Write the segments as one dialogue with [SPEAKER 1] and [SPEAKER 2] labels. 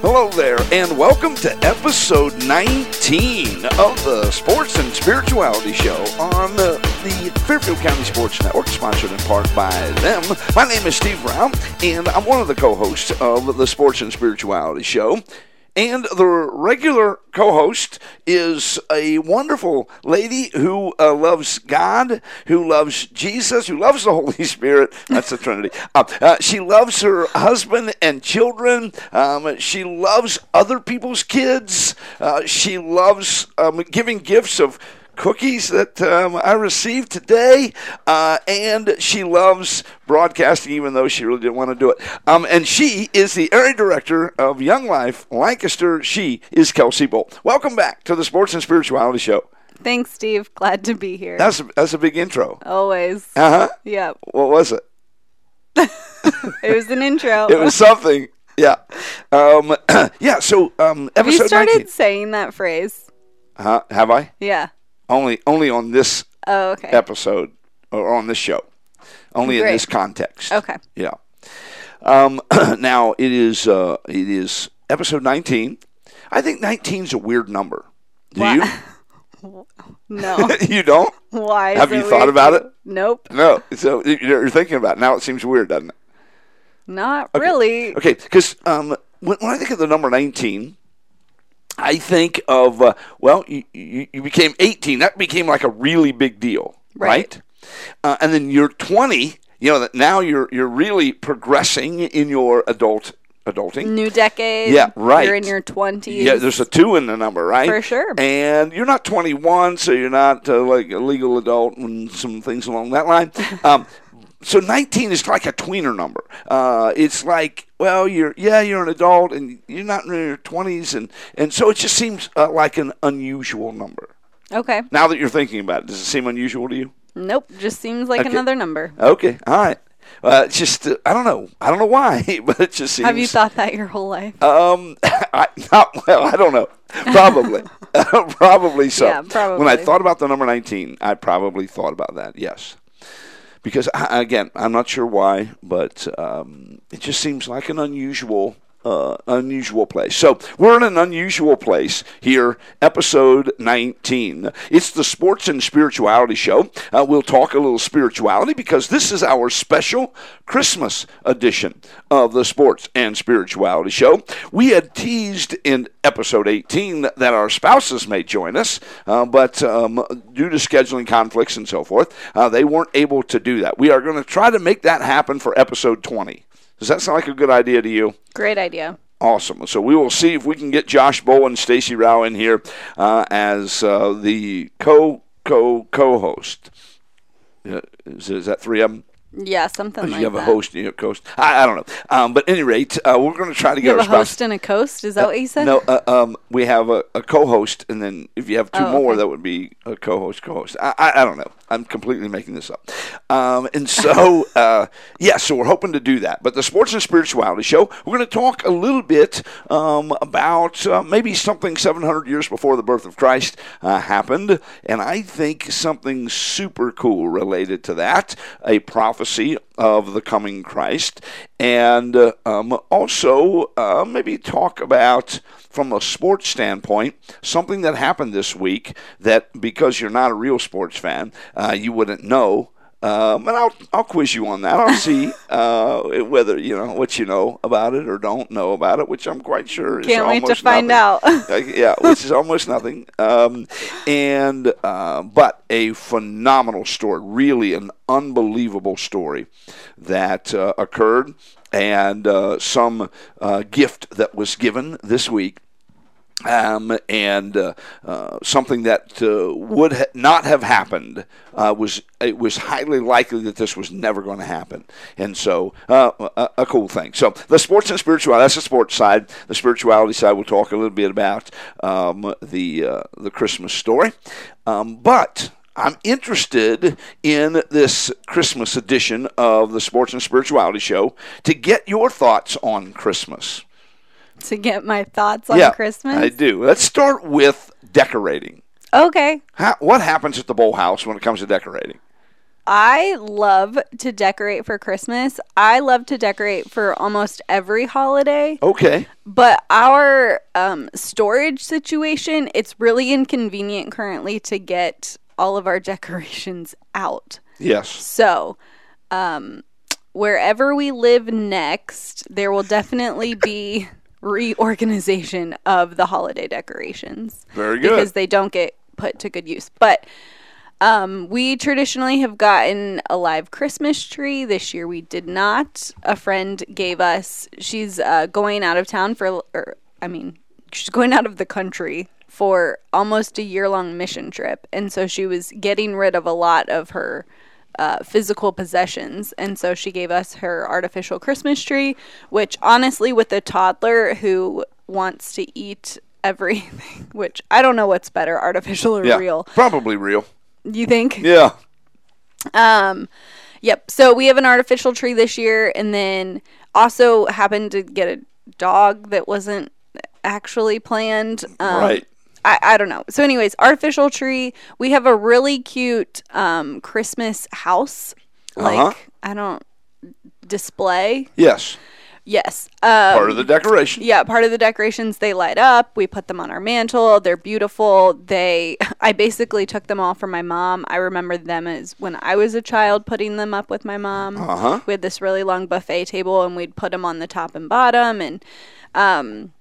[SPEAKER 1] Hello there, and welcome to episode 19 of the Sports and Spirituality Show on the, the Fairfield County Sports Network, sponsored in part by them. My name is Steve Brown, and I'm one of the co hosts of the Sports and Spirituality Show. And the regular co host is a wonderful lady who uh, loves God, who loves Jesus, who loves the Holy Spirit. That's the Trinity. Uh, uh, she loves her husband and children. Um, she loves other people's kids. Uh, she loves um, giving gifts of cookies that um, I received today, uh, and she loves broadcasting, even though she really didn't want to do it. Um, and she is the area director of Young Life Lancaster. She is Kelsey Bolt. Welcome back to the Sports and Spirituality Show.
[SPEAKER 2] Thanks, Steve. Glad to be here.
[SPEAKER 1] That's a, that's a big intro.
[SPEAKER 2] Always.
[SPEAKER 1] Uh huh.
[SPEAKER 2] Yep.
[SPEAKER 1] What was it?
[SPEAKER 2] It was an intro.
[SPEAKER 1] It was something. Yeah. Um, yeah. So um,
[SPEAKER 2] Have you
[SPEAKER 1] episode
[SPEAKER 2] started
[SPEAKER 1] 19.
[SPEAKER 2] saying that phrase?
[SPEAKER 1] Uh, have I?
[SPEAKER 2] Yeah.
[SPEAKER 1] Only only on this
[SPEAKER 2] Oh, okay.
[SPEAKER 1] episode or on this show, only in
[SPEAKER 2] Great.
[SPEAKER 1] this context.
[SPEAKER 2] Okay.
[SPEAKER 1] Yeah. Um, now it is uh, it is episode 19. I think 19 is a weird number. Do
[SPEAKER 2] No.
[SPEAKER 1] you? you don't?
[SPEAKER 2] Why? is
[SPEAKER 1] Have you
[SPEAKER 2] it
[SPEAKER 1] thought
[SPEAKER 2] weird?
[SPEAKER 1] about it?
[SPEAKER 2] Nope.
[SPEAKER 1] No. So you- you're thinking about it. now. It seems weird, doesn't it?
[SPEAKER 2] Not really.
[SPEAKER 1] Okay, because um, when, when I think of the number 19, I think of, uh, well, you, you, you became 18. That became like a really big deal, right?
[SPEAKER 2] Right.
[SPEAKER 1] Uh, and then you're 20. You know that now you're you're really progressing in your adult adulting.
[SPEAKER 2] New decade.
[SPEAKER 1] Yeah, right.
[SPEAKER 2] You're in your 20s.
[SPEAKER 1] Yeah, there's a two in the number, right?
[SPEAKER 2] For sure.
[SPEAKER 1] And you're not 21, so you're not uh, like a legal adult and some things along that line. Um, so 19 is like a tweener number. Uh, it's like, well, you're yeah, you're an adult and you're not in your 20s, and and so it just seems uh, like an unusual number.
[SPEAKER 2] okay.
[SPEAKER 1] Now that you're thinking about it, does it seem unusual to you?
[SPEAKER 2] Nope. Just seems like
[SPEAKER 1] Okay.
[SPEAKER 2] another number.
[SPEAKER 1] Okay, all right. Uh, it's just uh, I don't know, I don't know why, but it just seems.
[SPEAKER 2] Have you thought that your whole life?
[SPEAKER 1] Um, I, not well. I don't know. Probably, probably so.
[SPEAKER 2] Yeah, probably.
[SPEAKER 1] When I thought about the number nineteen, I probably thought about that. Yes, because I, again, I'm not sure why, but um, it just seems like an unusual. Uh, unusual place. So we're in an unusual place here, episode 19. It's the Sports and Spirituality Show. Uh, we'll talk a little spirituality because this is our special Christmas edition of the Sports and Spirituality Show. We had teased in episode 18 that our spouses may join us, uh, but um, due to scheduling conflicts and so forth, uh, they weren't able to do that. We are going to try to make that happen for episode 20. Does that sound like a good idea to you?
[SPEAKER 2] Great idea.
[SPEAKER 1] Awesome. So we will see if we can get Josh Bow and Stacy Rao in here uh, as uh, the co co co host. Is, is that three of them?
[SPEAKER 2] Yeah, something like
[SPEAKER 1] you have
[SPEAKER 2] that.
[SPEAKER 1] a host, you have a host. I, I don't know. Um, but at any rate, uh, we're going to try to
[SPEAKER 2] You
[SPEAKER 1] get
[SPEAKER 2] have
[SPEAKER 1] our
[SPEAKER 2] a host
[SPEAKER 1] spouses.
[SPEAKER 2] and a coast? Is that what you said?
[SPEAKER 1] No, uh, um, we have a, a co-host, and then if you have two
[SPEAKER 2] Oh,
[SPEAKER 1] more,
[SPEAKER 2] okay.
[SPEAKER 1] that would be a co-host, co-host. I, I, I don't know. I'm completely making this up. Um, and so, uh, yeah, so we're hoping to do that. But the Sports and Spirituality Show, we're going to talk a little bit um, about uh, maybe something 700 years before the birth of Christ uh, happened, and I think something super cool related to that, a prophecy of the coming Christ, and uh, um, also uh, maybe talk about from a sports standpoint, something that happened this week that because you're not a real sports fan, uh, you wouldn't know. Um, and I'll I'll quiz you on that. I'll see uh, whether you know what you know about it or don't know about it, which I'm quite sure is
[SPEAKER 2] Can't wait to
[SPEAKER 1] almost
[SPEAKER 2] find
[SPEAKER 1] nothing.
[SPEAKER 2] out.
[SPEAKER 1] Like, Uh, yeah, which is almost nothing. Um, and uh, but a phenomenal story, really an unbelievable story that uh, occurred, and uh, some uh, gift that was given this week um, and uh, uh, something that uh, would ha- not have happened uh, was it was highly likely that this was never going to happen, and so uh, a, a cool thing. So the sports and spirituality that's the sports side. The spirituality side we'll talk a little bit about um, the uh, the Christmas story, um, but. I'm interested in this Christmas edition of the Sports and Spirituality Show to get your thoughts on Christmas
[SPEAKER 2] to get my thoughts on Christmas?
[SPEAKER 1] i do let's start with decorating
[SPEAKER 2] okay.
[SPEAKER 1] How, what happens at the bowl house when it comes to decorating
[SPEAKER 2] I love to decorate for Christmas. I love to decorate for almost every holiday.
[SPEAKER 1] Okay.
[SPEAKER 2] But our um, storage situation, it's really inconvenient currently to get all of our decorations out.
[SPEAKER 1] Yes.
[SPEAKER 2] So, um, wherever we live next, there will definitely be reorganization of the holiday decorations
[SPEAKER 1] Very good.
[SPEAKER 2] because they don't get put to good use. But um, we traditionally have gotten a live Christmas tree. This year we did not. A friend gave us. She's uh, going out of town for, or, I mean, she's going out of the country for almost a year long mission trip, and so she was getting rid of a lot of her. Uh, physical possessions, and so she gave us her artificial Christmas tree, which honestly, with a toddler who wants to eat everything, which I don't know what's better, artificial or
[SPEAKER 1] yeah.
[SPEAKER 2] real.
[SPEAKER 1] Probably real.
[SPEAKER 2] You think?
[SPEAKER 1] Yeah.
[SPEAKER 2] Um, yep. So we have an artificial tree this year, and then also happened to get a dog that wasn't actually planned. Um,
[SPEAKER 1] Right.
[SPEAKER 2] I, I don't know. So, anyways, artificial tree. We have a really cute um, Christmas house. Like
[SPEAKER 1] Uh-huh.
[SPEAKER 2] I don't display.
[SPEAKER 1] Yes.
[SPEAKER 2] Yes. Um,
[SPEAKER 1] Part of the decoration.
[SPEAKER 2] yeah, part of the decorations they light up. We put them on our mantle. They're beautiful. They I basically took them all from my mom. I remember them as when I was a child putting them up with my mom.
[SPEAKER 1] Uh-huh.
[SPEAKER 2] We had this really long buffet table and we'd put them on the top and bottom and um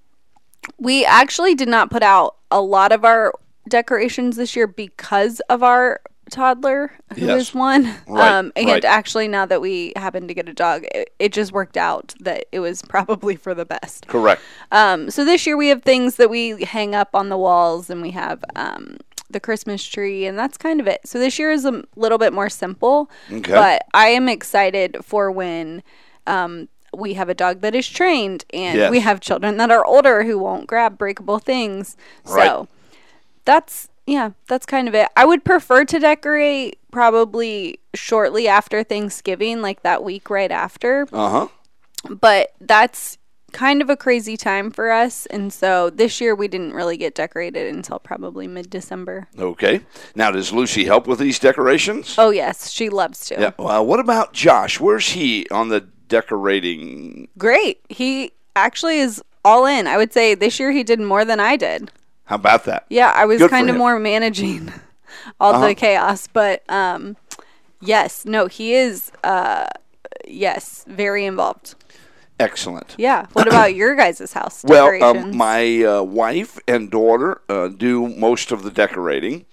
[SPEAKER 2] we actually did not put out a lot of our decorations this year because of our toddler who is
[SPEAKER 1] Yes.
[SPEAKER 2] one
[SPEAKER 1] Right,
[SPEAKER 2] um and
[SPEAKER 1] right.
[SPEAKER 2] actually now that we happened to get a dog it, it just worked out that it was probably for the best
[SPEAKER 1] Correct.
[SPEAKER 2] um, so this year we have things that we hang up on the walls, and we have um, the Christmas tree, and that's kind of it. So this year is a little bit more simple,
[SPEAKER 1] Okay.
[SPEAKER 2] but I am excited for when um, we have a dog that is trained, and
[SPEAKER 1] Yes.
[SPEAKER 2] we have children that are older who won't grab breakable things.
[SPEAKER 1] Right.
[SPEAKER 2] So that's yeah, that's kind of it. I would prefer to decorate probably shortly after Thanksgiving, like that week right after
[SPEAKER 1] Uh huh.
[SPEAKER 2] but that's kind of a crazy time for us and so this year we didn't really get decorated until probably mid-december
[SPEAKER 1] Okay. Now, does Lucy help with these decorations?
[SPEAKER 2] oh yes she loves to
[SPEAKER 1] Yeah. Well, what about Josh? Where's he on the decorating?
[SPEAKER 2] great he actually is all in i would say this year he did more than i did
[SPEAKER 1] How about that?
[SPEAKER 2] yeah i was
[SPEAKER 1] Good for
[SPEAKER 2] kind of
[SPEAKER 1] him. Uh-huh.
[SPEAKER 2] more managing all the chaos but um yes no he is uh yes very involved
[SPEAKER 1] Excellent.
[SPEAKER 2] yeah what about your guys' house
[SPEAKER 1] Well, um,
[SPEAKER 2] decorations?
[SPEAKER 1] my uh, wife and daughter uh, do most of the decorating.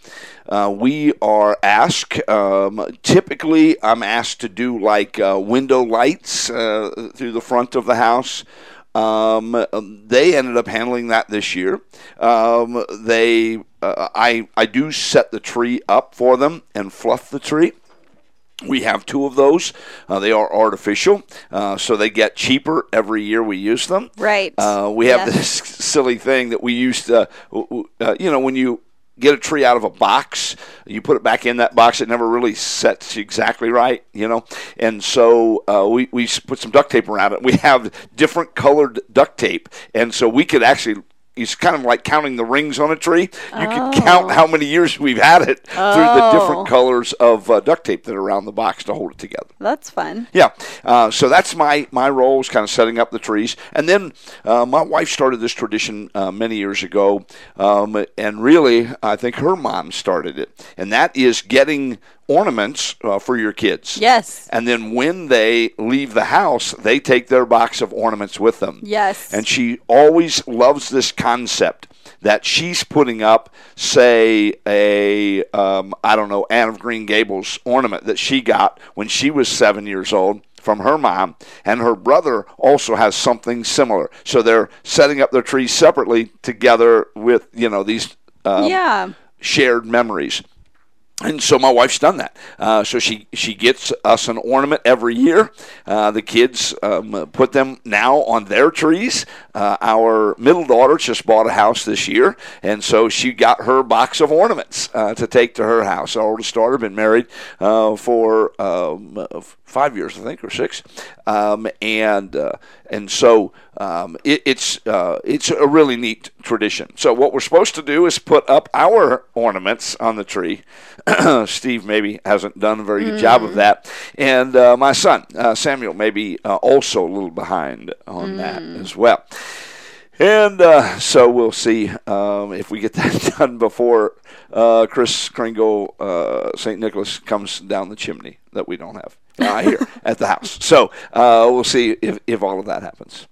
[SPEAKER 1] Uh, we are asked, um, typically, I'm asked to do like uh, window lights uh, through the front of the house. Um, they ended up handling that this year. Um, they, uh, I, I do set the tree up for them and fluff the tree. We have two of those. Uh, they are artificial, uh, so they get cheaper every year we use them.
[SPEAKER 2] Right.
[SPEAKER 1] Uh, we have
[SPEAKER 2] Yeah.
[SPEAKER 1] this silly thing that we used to, w- w- uh, you know, when you get a tree out of a box, you put it back in that box, it never really sets exactly right, you know. And so uh, we, we s- put some duct tape around it. We have different colored duct tape. And so we could actually. It's kind of like counting the rings on a tree. You could count how many years we've had it through the
[SPEAKER 2] Oh.
[SPEAKER 1] different colors of uh, duct tape that are around the box to hold it together.
[SPEAKER 2] that's fun
[SPEAKER 1] Yeah, uh, so that's my my role is kind of setting up the trees, and then uh, my wife started this tradition uh, many years ago, um, and really I think her mom started it, and that is getting ornaments uh, for your kids.
[SPEAKER 2] yes
[SPEAKER 1] And then when they leave the house, they take their box of ornaments with them.
[SPEAKER 2] Yes.
[SPEAKER 1] And she always loves this concept that she's putting up, say, a, um, I don't know, Anne of Green Gables ornament that she got when she was seven years old from her mom. And her brother also has something similar. So they're setting up their trees separately together with, you know, these. Um,
[SPEAKER 2] yeah
[SPEAKER 1] shared memories. And so my wife's done that. Uh, so she she gets us an ornament every year. Uh, the kids um, put them now on their trees. Uh, our middle daughter just bought a house this year, and so she got her box of ornaments uh, to take to her house. Our oldest daughter been married uh, for um, five years, I think, or six, um, and uh, and so um, it, it's uh, it's a really neat tradition. So what we're supposed to do is put up our ornaments on the tree, Steve maybe hasn't done a very good job of that. And uh, my son, uh, Samuel, maybe uh, also a little behind on that as well. And uh, so we'll see um, if we get that done before uh, Chris Kringle, uh, St. Nicholas comes down the chimney that we don't have uh, here at the house. So uh, we'll see if, if all of that happens.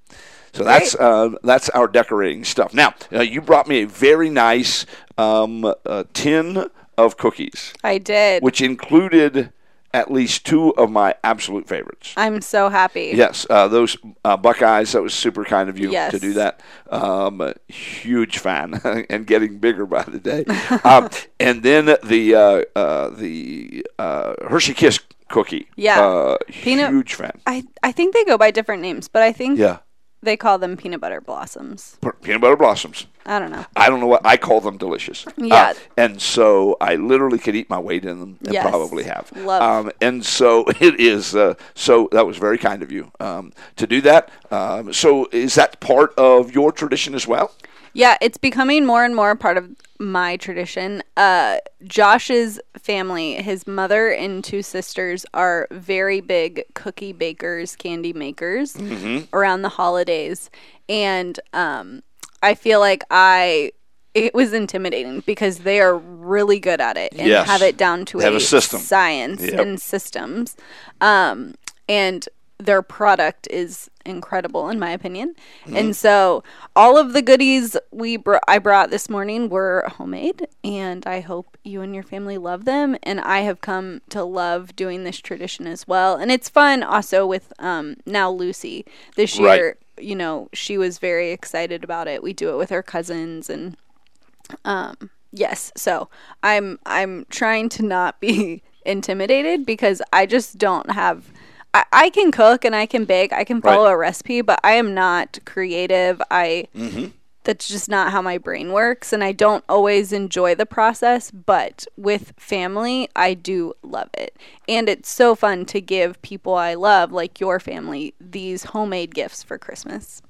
[SPEAKER 1] So that's uh, that's our decorating stuff. Now uh, you brought me a very nice um, uh, tin of cookies,
[SPEAKER 2] I did.
[SPEAKER 1] which included at least two of my absolute favorites.
[SPEAKER 2] I'm so happy.
[SPEAKER 1] Yes, uh, those uh, Buckeyes. That was super kind of you
[SPEAKER 2] Yes.
[SPEAKER 1] to do that. Um, a huge fan and getting bigger by the day. Um, and then the uh, uh, the uh, Hershey Kiss cookie.
[SPEAKER 2] Yeah.
[SPEAKER 1] uh,
[SPEAKER 2] Peanut-
[SPEAKER 1] huge fan.
[SPEAKER 2] I, I think they go by different names, but I think
[SPEAKER 1] Yeah,
[SPEAKER 2] they call them peanut butter blossoms.
[SPEAKER 1] P- peanut butter blossoms.
[SPEAKER 2] I don't know.
[SPEAKER 1] I don't know what I call them delicious. Uh,
[SPEAKER 2] Yeah.
[SPEAKER 1] and so I literally could eat my weight in them and
[SPEAKER 2] Yes.
[SPEAKER 1] probably have.
[SPEAKER 2] Love.
[SPEAKER 1] Um, and so it is. Uh, so that was very kind of you um, to do that. Um, so is that part of your tradition as well?
[SPEAKER 2] Yeah, it's becoming more and more a part of my tradition. Uh, Josh's family, his mother and two sisters, are very big cookie bakers, candy makers
[SPEAKER 1] Mm-hmm.
[SPEAKER 2] around the holidays. And um, I feel like I. It was intimidating because they are really good at it and
[SPEAKER 1] Yes.
[SPEAKER 2] have it down to
[SPEAKER 1] They have a system.
[SPEAKER 2] science
[SPEAKER 1] Yep.
[SPEAKER 2] and systems. Um, and their product is incredible, in my opinion.
[SPEAKER 1] Mm-hmm.
[SPEAKER 2] And so, all of the goodies we br- I brought this morning were homemade, and I hope you and your family love them. And I have come to love doing this tradition as well. And it's fun also with um, now Lucy this
[SPEAKER 1] Right.
[SPEAKER 2] year. You know, she was very excited about it. We do it with her cousins and Yes. So I'm I'm trying to not be intimidated because I just don't have I, I can cook and I can bake, I can follow
[SPEAKER 1] Right.
[SPEAKER 2] a recipe, but I am not creative. I
[SPEAKER 1] Mm-hmm.
[SPEAKER 2] that's just not how my brain works and I don't always enjoy the process, but with family I do love it. And it's so fun to give people I love, like your family, these homemade gifts for Christmas.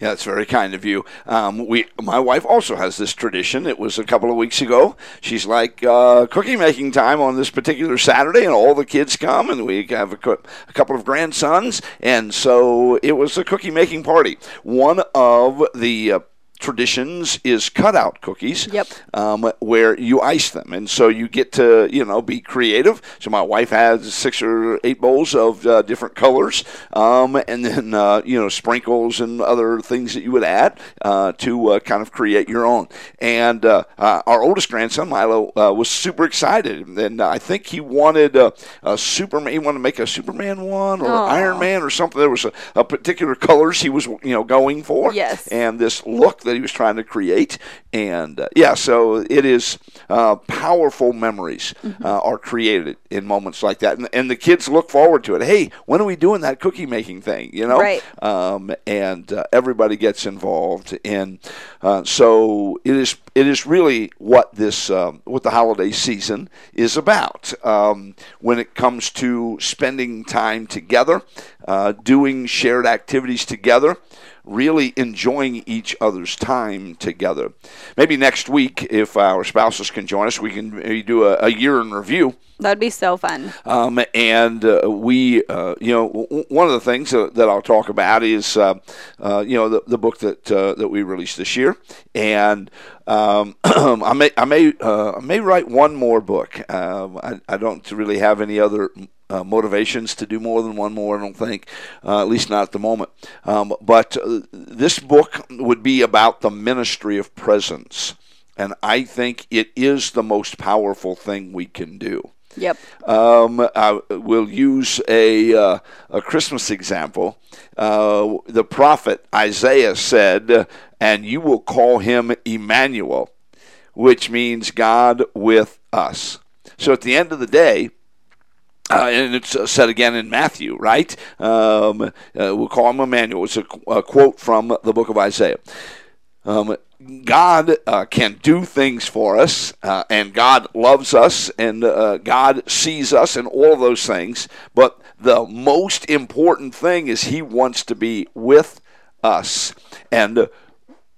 [SPEAKER 1] Yeah, that's very kind of you. Um, we, my wife also has this tradition. It was a couple of weeks ago. She's like uh, cookie making time on this particular Saturday, and all the kids come, and we have a, cou- a couple of grandsons, and so it was a cookie making party. One of the uh, traditions is cutout cookies.
[SPEAKER 2] Yep.
[SPEAKER 1] Um, where you ice them, and so you get to you know be creative. So my wife has six or eight bowls of uh, different colors, um, and then uh, you know sprinkles and other things that you would add uh, to uh, kind of create your own. And uh, uh, our oldest grandson Milo uh, was super excited, and I think he wanted a, a Superman. He wanted to make a Superman one or
[SPEAKER 2] Aw.
[SPEAKER 1] Iron Man or something. There was a, a particular colors he was you know going for
[SPEAKER 2] Yes.
[SPEAKER 1] and this look that he was trying to create. And uh, yeah, so it is uh, powerful memories uh, are created in moments like that, and, and the kids look forward to it. Hey, when are we doing that cookie making thing? You know,
[SPEAKER 2] Right.
[SPEAKER 1] Um, and uh, everybody gets involved, and uh, so it is. It is really what this um, what the holiday season is about um, when it comes to spending time together, uh, doing shared activities together really enjoying each other's time together. Maybe next week, if our spouses can join us, we can maybe do a, a year in review.
[SPEAKER 2] That'd be so fun.
[SPEAKER 1] Um, and uh, we, uh, you know, w- w- one of the things that, that I'll talk about is, uh, uh, you know, the, the book that uh, that we released this year, and um, I may I may uh, I may write one more book. Um, I, I don't really have any other. Uh, motivations to do more than one more, I don't think, uh, at least not at the moment. Um, but uh, this book would be about the ministry of presence, and I think it is the most powerful thing we can do
[SPEAKER 2] Yep.
[SPEAKER 1] um, I will use a, uh, a Christmas example. Uh, the prophet Isaiah said, And you will call him Emmanuel, which means God with us. So at the end of the day, uh, and it's uh, said again in Matthew, right? Um, uh, we'll call him Emmanuel. It's a, qu- a quote from the book of Isaiah. Um, God uh, can do things for us, uh, and God loves us, and uh, God sees us, and all those things. But the most important thing is He wants to be with us. And uh,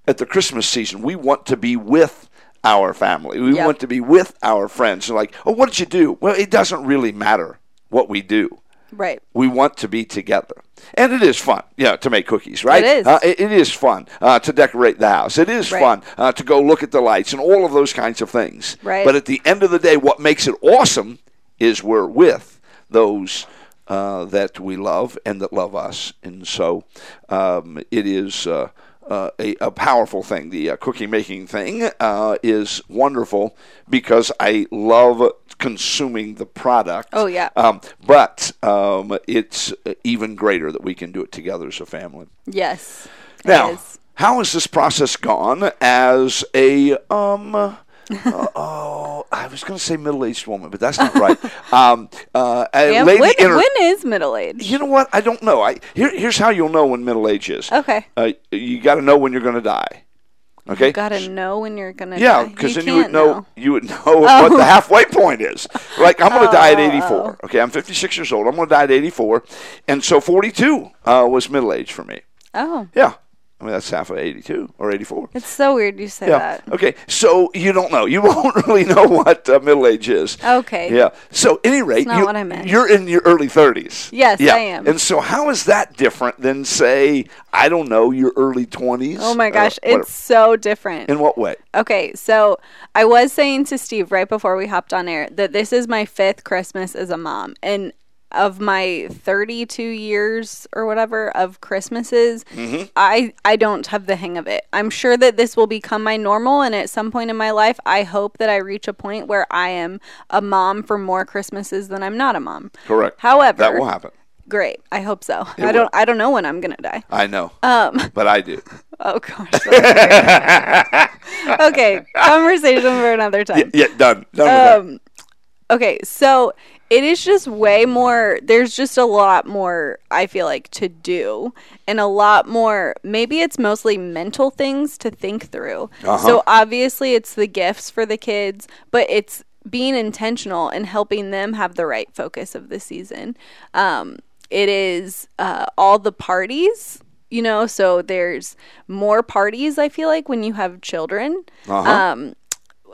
[SPEAKER 1] at the Christmas season, we want to be with our family. We
[SPEAKER 2] Yep.
[SPEAKER 1] want to be with our friends. So like, oh, what did you do? Well, it doesn't really matter what we do.
[SPEAKER 2] Right.
[SPEAKER 1] We want to be together. And it is fun, yeah, to make cookies, right?
[SPEAKER 2] It is.
[SPEAKER 1] Uh, it, it is fun uh, to decorate the house. It is
[SPEAKER 2] Right.
[SPEAKER 1] fun uh, to go look at the lights and all of those kinds of things.
[SPEAKER 2] Right.
[SPEAKER 1] But at the end of the day, what makes it awesome is we're with those uh, that we love and that love us. And so um, it is. Uh, uh, a, a powerful thing. The uh, cookie making thing uh, is wonderful because I love consuming the product.
[SPEAKER 2] Oh, yeah.
[SPEAKER 1] Um, but um, it's even greater that we can do it together as a family.
[SPEAKER 2] Yes. It
[SPEAKER 1] Now,
[SPEAKER 2] is.
[SPEAKER 1] how has this process gone as a um? uh, oh, I was going to say middle-aged woman, but that's not right. um, uh, a
[SPEAKER 2] Yeah,
[SPEAKER 1] lady
[SPEAKER 2] when,
[SPEAKER 1] inter-
[SPEAKER 2] when is middle age?
[SPEAKER 1] you know what? I don't know. I here, here's how you'll know when middle age is.
[SPEAKER 2] Okay. Oh,
[SPEAKER 1] Uh, you got to know when you're going to die. Okay.
[SPEAKER 2] You gotta know when you're gonna.
[SPEAKER 1] Yeah,
[SPEAKER 2] die.
[SPEAKER 1] because then you
[SPEAKER 2] can't Oh.
[SPEAKER 1] would know, you would know what the halfway point is. Like I'm going to die at 84. Okay, I'm 56 years old. I'm going to die at 84, and so 42 uh, was middle age for me.
[SPEAKER 2] Oh,
[SPEAKER 1] Yeah, I mean that's half of 82 or 84.
[SPEAKER 2] it's so weird you say
[SPEAKER 1] Yeah.
[SPEAKER 2] that.
[SPEAKER 1] Okay, so you don't know. You won't really know what uh, middle age is.
[SPEAKER 2] Okay.
[SPEAKER 1] Yeah. So, at any rate,
[SPEAKER 2] not
[SPEAKER 1] you,
[SPEAKER 2] what I meant.
[SPEAKER 1] you're in your early 30s.
[SPEAKER 2] Yes,
[SPEAKER 1] yeah.
[SPEAKER 2] I am.
[SPEAKER 1] And so, how is that different than, say, I don't know, your early 20s?
[SPEAKER 2] Oh my
[SPEAKER 1] Uh,
[SPEAKER 2] gosh,
[SPEAKER 1] whatever.
[SPEAKER 2] it's so different.
[SPEAKER 1] in what way?
[SPEAKER 2] Okay, so I was saying to Steve right before we hopped on air that this is my fifth Christmas as a mom. And of my 32 years or whatever of Christmases,
[SPEAKER 1] Mm-hmm.
[SPEAKER 2] I, I don't have the hang of it. I'm sure that this will become my normal. And at some point in my life, I hope that I reach a point where I am a mom for more Christmases than I'm not a mom.
[SPEAKER 1] Correct.
[SPEAKER 2] However,
[SPEAKER 1] That will happen.
[SPEAKER 2] great. I hope so. I don't, I don't know when I'm going to die.
[SPEAKER 1] I know. Um, but I do.
[SPEAKER 2] Oh gosh. that's weird. okay, conversation for another time.
[SPEAKER 1] Yeah, done. Done
[SPEAKER 2] um,
[SPEAKER 1] with that.
[SPEAKER 2] Okay, so it is just way more. There's just a lot more. I feel like to do, and a lot more. Maybe it's mostly mental things to think through.
[SPEAKER 1] Uh-huh.
[SPEAKER 2] So obviously, it's the gifts for the kids, but it's being intentional and helping them have the right focus of the season. Um, it is uh, all the parties. You know, so there's more parties. I feel like when you have children,
[SPEAKER 1] Uh-huh.
[SPEAKER 2] uh, Um,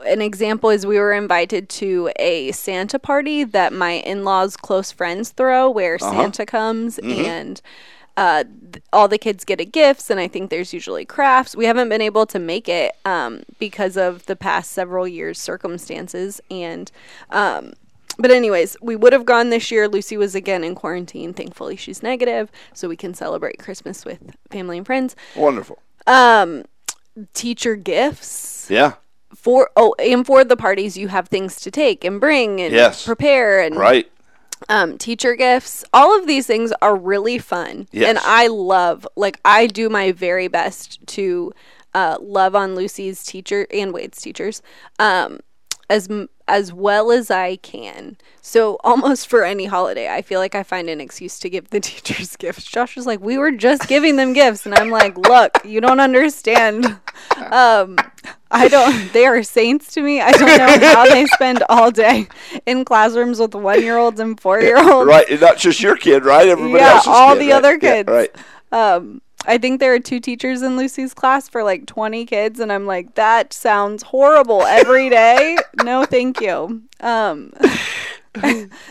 [SPEAKER 2] an example is we were invited to a Santa party that my in-laws' close friends throw, where Santa comes and uh, th- all the kids get a gifts, and I think there's usually crafts. We haven't been able to make it um, because of the past several years' circumstances, and um, but anyways, we would have gone this year. Lucy was again in quarantine. Thankfully, she's negative, so we can celebrate Christmas with family and friends.
[SPEAKER 1] Wonderful.
[SPEAKER 2] Teacher gifts
[SPEAKER 1] Yeah.
[SPEAKER 2] for oh and for the parties you have things to take and bring and
[SPEAKER 1] Yes.
[SPEAKER 2] prepare and
[SPEAKER 1] Right.
[SPEAKER 2] um, teacher gifts all of these things are really fun
[SPEAKER 1] Yes.
[SPEAKER 2] and i love like i do my very best to uh, love on lucy's teacher and wade's teachers um, as m- as well as i can so almost for any holiday i feel like i find an excuse to give the teachers gifts josh was like we were just giving them gifts and i'm like look you don't understand I don't. They are saints to me. I don't know how they spend all day in classrooms with one year olds and four year olds.
[SPEAKER 1] Right. And not just your kid, right? Everybody
[SPEAKER 2] Yeah,
[SPEAKER 1] else's
[SPEAKER 2] all
[SPEAKER 1] kid,
[SPEAKER 2] the
[SPEAKER 1] right?
[SPEAKER 2] other
[SPEAKER 1] Yeah,
[SPEAKER 2] kids.
[SPEAKER 1] right.
[SPEAKER 2] Um, I think there are two teachers in Lucy's class for like 20 kids, and I'm like, that sounds horrible every day. no, thank you. Um,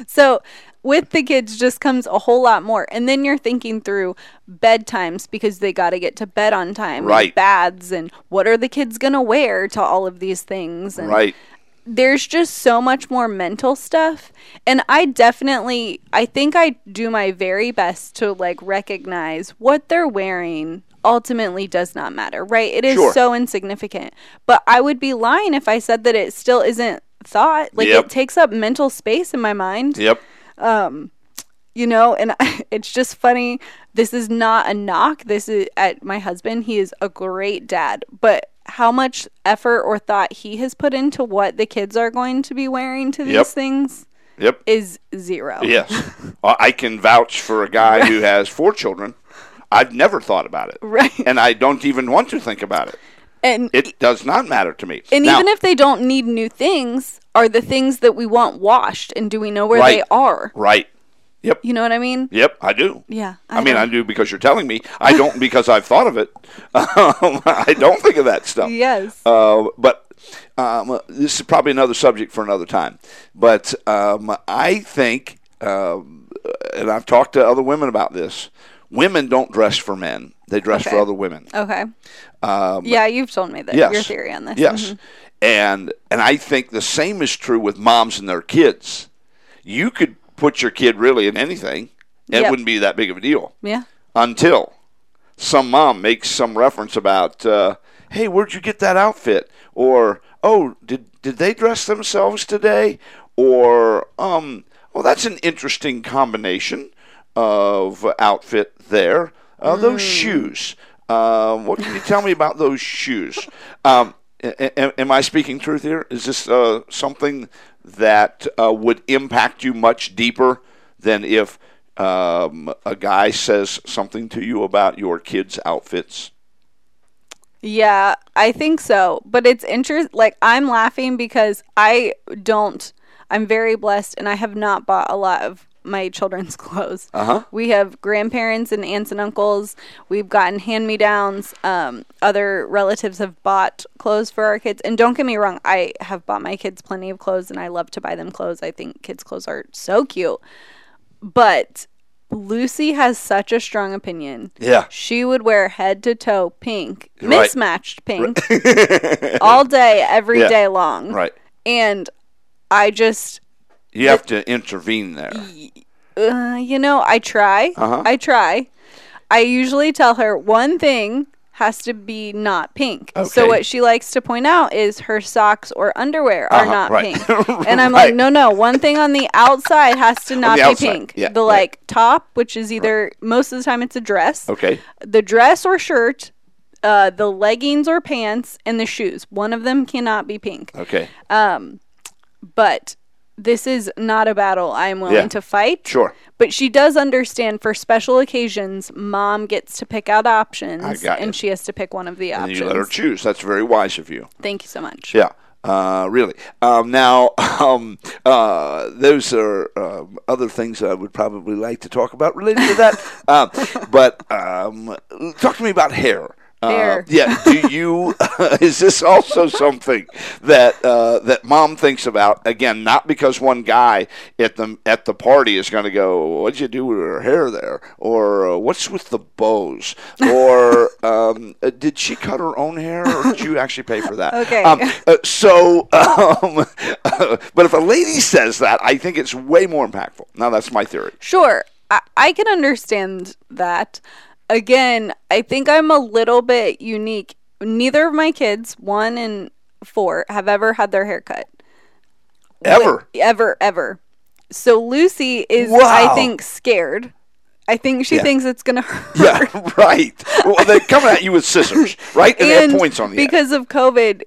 [SPEAKER 2] so with the kids just comes a whole lot more, and then you're thinking through bedtimes because they got to get to bed on time, and
[SPEAKER 1] Right.
[SPEAKER 2] Baths and what are the kids gonna wear to all of these things, and
[SPEAKER 1] Right.
[SPEAKER 2] there's just so much more mental stuff and i definitely i think i do my very best to like recognize what they're wearing ultimately does not matter right it is
[SPEAKER 1] Sure.
[SPEAKER 2] so insignificant but i would be lying if i said that it still isn't thought like
[SPEAKER 1] Yep.
[SPEAKER 2] it takes up mental space in my mind
[SPEAKER 1] Yep.
[SPEAKER 2] you know and I, it's just funny this is not a knock this is at my husband he is a great dad but how much effort or thought he has put into what the kids are going to be wearing to these
[SPEAKER 1] Yep.
[SPEAKER 2] things
[SPEAKER 1] Yep.
[SPEAKER 2] is zero
[SPEAKER 1] Yes. Uh, I can vouch for a guy who has four children. I've never thought about it.
[SPEAKER 2] Right.
[SPEAKER 1] And I don't even want to think about it.
[SPEAKER 2] and
[SPEAKER 1] It does not matter to me.
[SPEAKER 2] and
[SPEAKER 1] Now-
[SPEAKER 2] even if they don't need new things are the things that we want washed and do we know where they
[SPEAKER 1] Right.
[SPEAKER 2] are
[SPEAKER 1] Right. Yep.
[SPEAKER 2] you know what i mean
[SPEAKER 1] Yep. I do.
[SPEAKER 2] yeah
[SPEAKER 1] I mean,
[SPEAKER 2] know.
[SPEAKER 1] I do because you're telling me. I don't because I've thought of it. Um, I don't think of that stuff.
[SPEAKER 2] yes
[SPEAKER 1] Uh, but Um, this is probably another subject for another time, but um, I think, um, and I've talked to other women about this. Women don't dress for men; they dress
[SPEAKER 2] Okay.
[SPEAKER 1] for other women.
[SPEAKER 2] Okay. yeah, you've told me that
[SPEAKER 1] Um, yes.
[SPEAKER 2] your theory on this.
[SPEAKER 1] Yes.
[SPEAKER 2] Mhm.
[SPEAKER 1] And and I think the same is true with moms and their kids. You could put your kid really in anything. and It
[SPEAKER 2] Yep.
[SPEAKER 1] wouldn't be that big of a deal
[SPEAKER 2] Mm-hmm. Yeah.
[SPEAKER 1] until some mom makes some reference about, uh, "Hey, where'd you get that outfit?" or "Oh, did did they dress themselves today?" or um, "Well, that's an interesting combination of outfit there. Uh, Those shoes. Um, what can you tell me about those shoes?" Um, a- a- am I speaking truth here? Is this uh, something that uh, would impact you much deeper than if um, a guy says something to you about your kids' outfits?
[SPEAKER 2] Yeah, I think so. But it's interest like I'm laughing because I don't I'm very blessed and I have not bought a lot of my children's clothes.
[SPEAKER 1] Uh-huh.
[SPEAKER 2] We have grandparents and aunts and uncles. We've gotten hand-me-downs. Um, other relatives have bought clothes for our kids. And don't get me wrong, I have bought my kids plenty of clothes and I love to buy them clothes. I think kids' clothes are so cute. But Lucy has such a strong opinion.
[SPEAKER 1] Yeah.
[SPEAKER 2] She would wear head to toe pink,
[SPEAKER 1] Right.
[SPEAKER 2] mismatched pink, all day, every day
[SPEAKER 1] Yeah.
[SPEAKER 2] long.
[SPEAKER 1] Right.
[SPEAKER 2] And I just,
[SPEAKER 1] You have to intervene there.
[SPEAKER 2] uh, you know, I try.
[SPEAKER 1] Uh-huh.
[SPEAKER 2] I try. I usually tell her one thing has to be not pink.
[SPEAKER 1] Okay.
[SPEAKER 2] So what she likes to point out is her socks or underwear are
[SPEAKER 1] Uh-huh,
[SPEAKER 2] not
[SPEAKER 1] right.
[SPEAKER 2] pink. And I'm
[SPEAKER 1] Right.
[SPEAKER 2] like, no, no, one thing on the outside has to not
[SPEAKER 1] the
[SPEAKER 2] be
[SPEAKER 1] outside,
[SPEAKER 2] pink.
[SPEAKER 1] yeah,
[SPEAKER 2] the
[SPEAKER 1] right.
[SPEAKER 2] like top, which is either most of the time it's a dress.
[SPEAKER 1] Okay.
[SPEAKER 2] the dress or shirt, uh, the leggings or pants, and the shoes. One of them cannot be pink.
[SPEAKER 1] Okay.
[SPEAKER 2] But this is not a battle I am willing
[SPEAKER 1] Yeah.
[SPEAKER 2] to fight.
[SPEAKER 1] Sure.
[SPEAKER 2] But she does understand for special occasions, mom gets to pick out options,
[SPEAKER 1] I got
[SPEAKER 2] and
[SPEAKER 1] you.
[SPEAKER 2] she has to pick one of the
[SPEAKER 1] And
[SPEAKER 2] options.
[SPEAKER 1] you let her choose. That's very wise of you.
[SPEAKER 2] Thank you so much.
[SPEAKER 1] Yeah. Uh, really. Um, now, um, uh, those are um, other things I would probably like to talk about related to that. um, but um, talk to me about hair. Uh,
[SPEAKER 2] Hair.
[SPEAKER 1] yeah. Do you? is this also something that uh, that mom thinks about? Again, not because one guy at the at the party is going to go, "What'd you do with her hair there?" or uh, "What's with the bows?" or um, uh, "Did she cut her own hair, or did you actually pay for that?"
[SPEAKER 2] Okay.
[SPEAKER 1] Um, uh, so, um, but if a lady says that, I think it's way more impactful. Now, that's my theory.
[SPEAKER 2] Sure, I, I can understand that. Again, I think I'm a little bit unique. Neither of my kids, one and four, have ever had their hair cut.
[SPEAKER 1] Ever.
[SPEAKER 2] Wait, ever, ever. So Lucy is,
[SPEAKER 1] Wow.
[SPEAKER 2] I think, scared. I think she
[SPEAKER 1] Yeah.
[SPEAKER 2] thinks it's gonna hurt.
[SPEAKER 1] Yeah, right. Well, they're coming at you with scissors, right? And, they have points on the end.
[SPEAKER 2] because of COVID,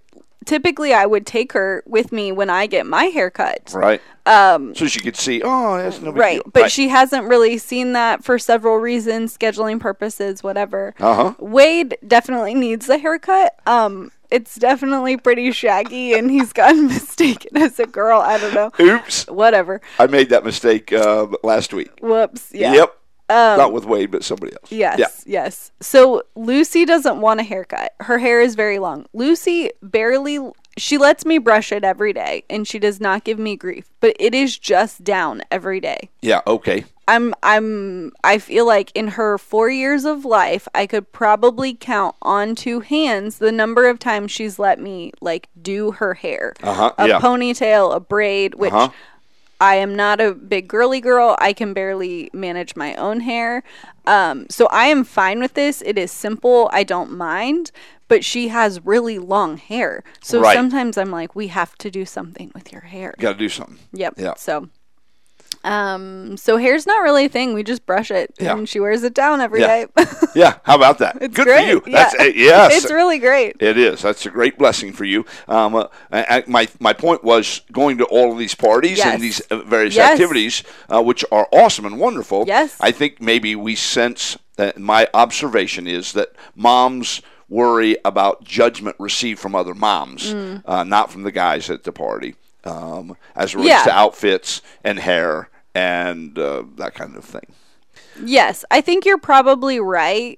[SPEAKER 2] typically I would take her with me when I get my hair cut.
[SPEAKER 1] Right. Um, so she could see, oh, that's no big
[SPEAKER 2] Right,
[SPEAKER 1] deal.
[SPEAKER 2] but she hasn't really seen that for several reasons, scheduling purposes, whatever.
[SPEAKER 1] Uh-huh.
[SPEAKER 2] Wade definitely needs a haircut. Um, it's definitely pretty shaggy, and he's gotten mistaken as a girl. I don't know.
[SPEAKER 1] Oops.
[SPEAKER 2] Whatever.
[SPEAKER 1] I made that mistake uh, last week.
[SPEAKER 2] Whoops. Yeah. Um,
[SPEAKER 1] Yep. Not with Wade, but somebody else.
[SPEAKER 2] Yes,
[SPEAKER 1] Yeah.
[SPEAKER 2] yes. So Lucy doesn't want a haircut. Her hair is very long. Lucy barely she lets me brush it every day and she does not give me grief, but it is just down every day.
[SPEAKER 1] Yeah. Okay.
[SPEAKER 2] I'm I'm I feel like in her 4 years of life, I could probably count on two hands the number of times she's let me like do her hair.
[SPEAKER 1] Uh-huh,
[SPEAKER 2] A
[SPEAKER 1] yeah.
[SPEAKER 2] ponytail, a braid, which
[SPEAKER 1] Uh-huh.
[SPEAKER 2] I am not a big girly girl. I can barely manage my own hair. Um, so I am fine with this. It is simple. I don't mind. But she has really long hair. So
[SPEAKER 1] Right.
[SPEAKER 2] sometimes I'm like, we have to do something with your hair.
[SPEAKER 1] Got to do something.
[SPEAKER 2] Yep.
[SPEAKER 1] Yeah.
[SPEAKER 2] So. Um, so hair's not really a thing. We just brush it,
[SPEAKER 1] Yeah.
[SPEAKER 2] and she wears it down every
[SPEAKER 1] Yeah.
[SPEAKER 2] day.
[SPEAKER 1] Yeah. How about that?
[SPEAKER 2] it's
[SPEAKER 1] Good
[SPEAKER 2] great.
[SPEAKER 1] for you.
[SPEAKER 2] Yeah.
[SPEAKER 1] That's a, yes.
[SPEAKER 2] It's really great.
[SPEAKER 1] It is. That's a great blessing for you. Um, uh, I, I- my my point was going to all of these parties
[SPEAKER 2] Yes.
[SPEAKER 1] and these uh, various
[SPEAKER 2] Yes.
[SPEAKER 1] activities, uh, which are awesome and wonderful.
[SPEAKER 2] Yes.
[SPEAKER 1] I think maybe we sense that my observation is that moms worry about judgment received from other moms,
[SPEAKER 2] Mm.
[SPEAKER 1] uh, not from the guys at the party, um, as it relates
[SPEAKER 2] Yeah.
[SPEAKER 1] to outfits and hair and uh, that kind of thing.
[SPEAKER 2] Yes, I think you're probably right.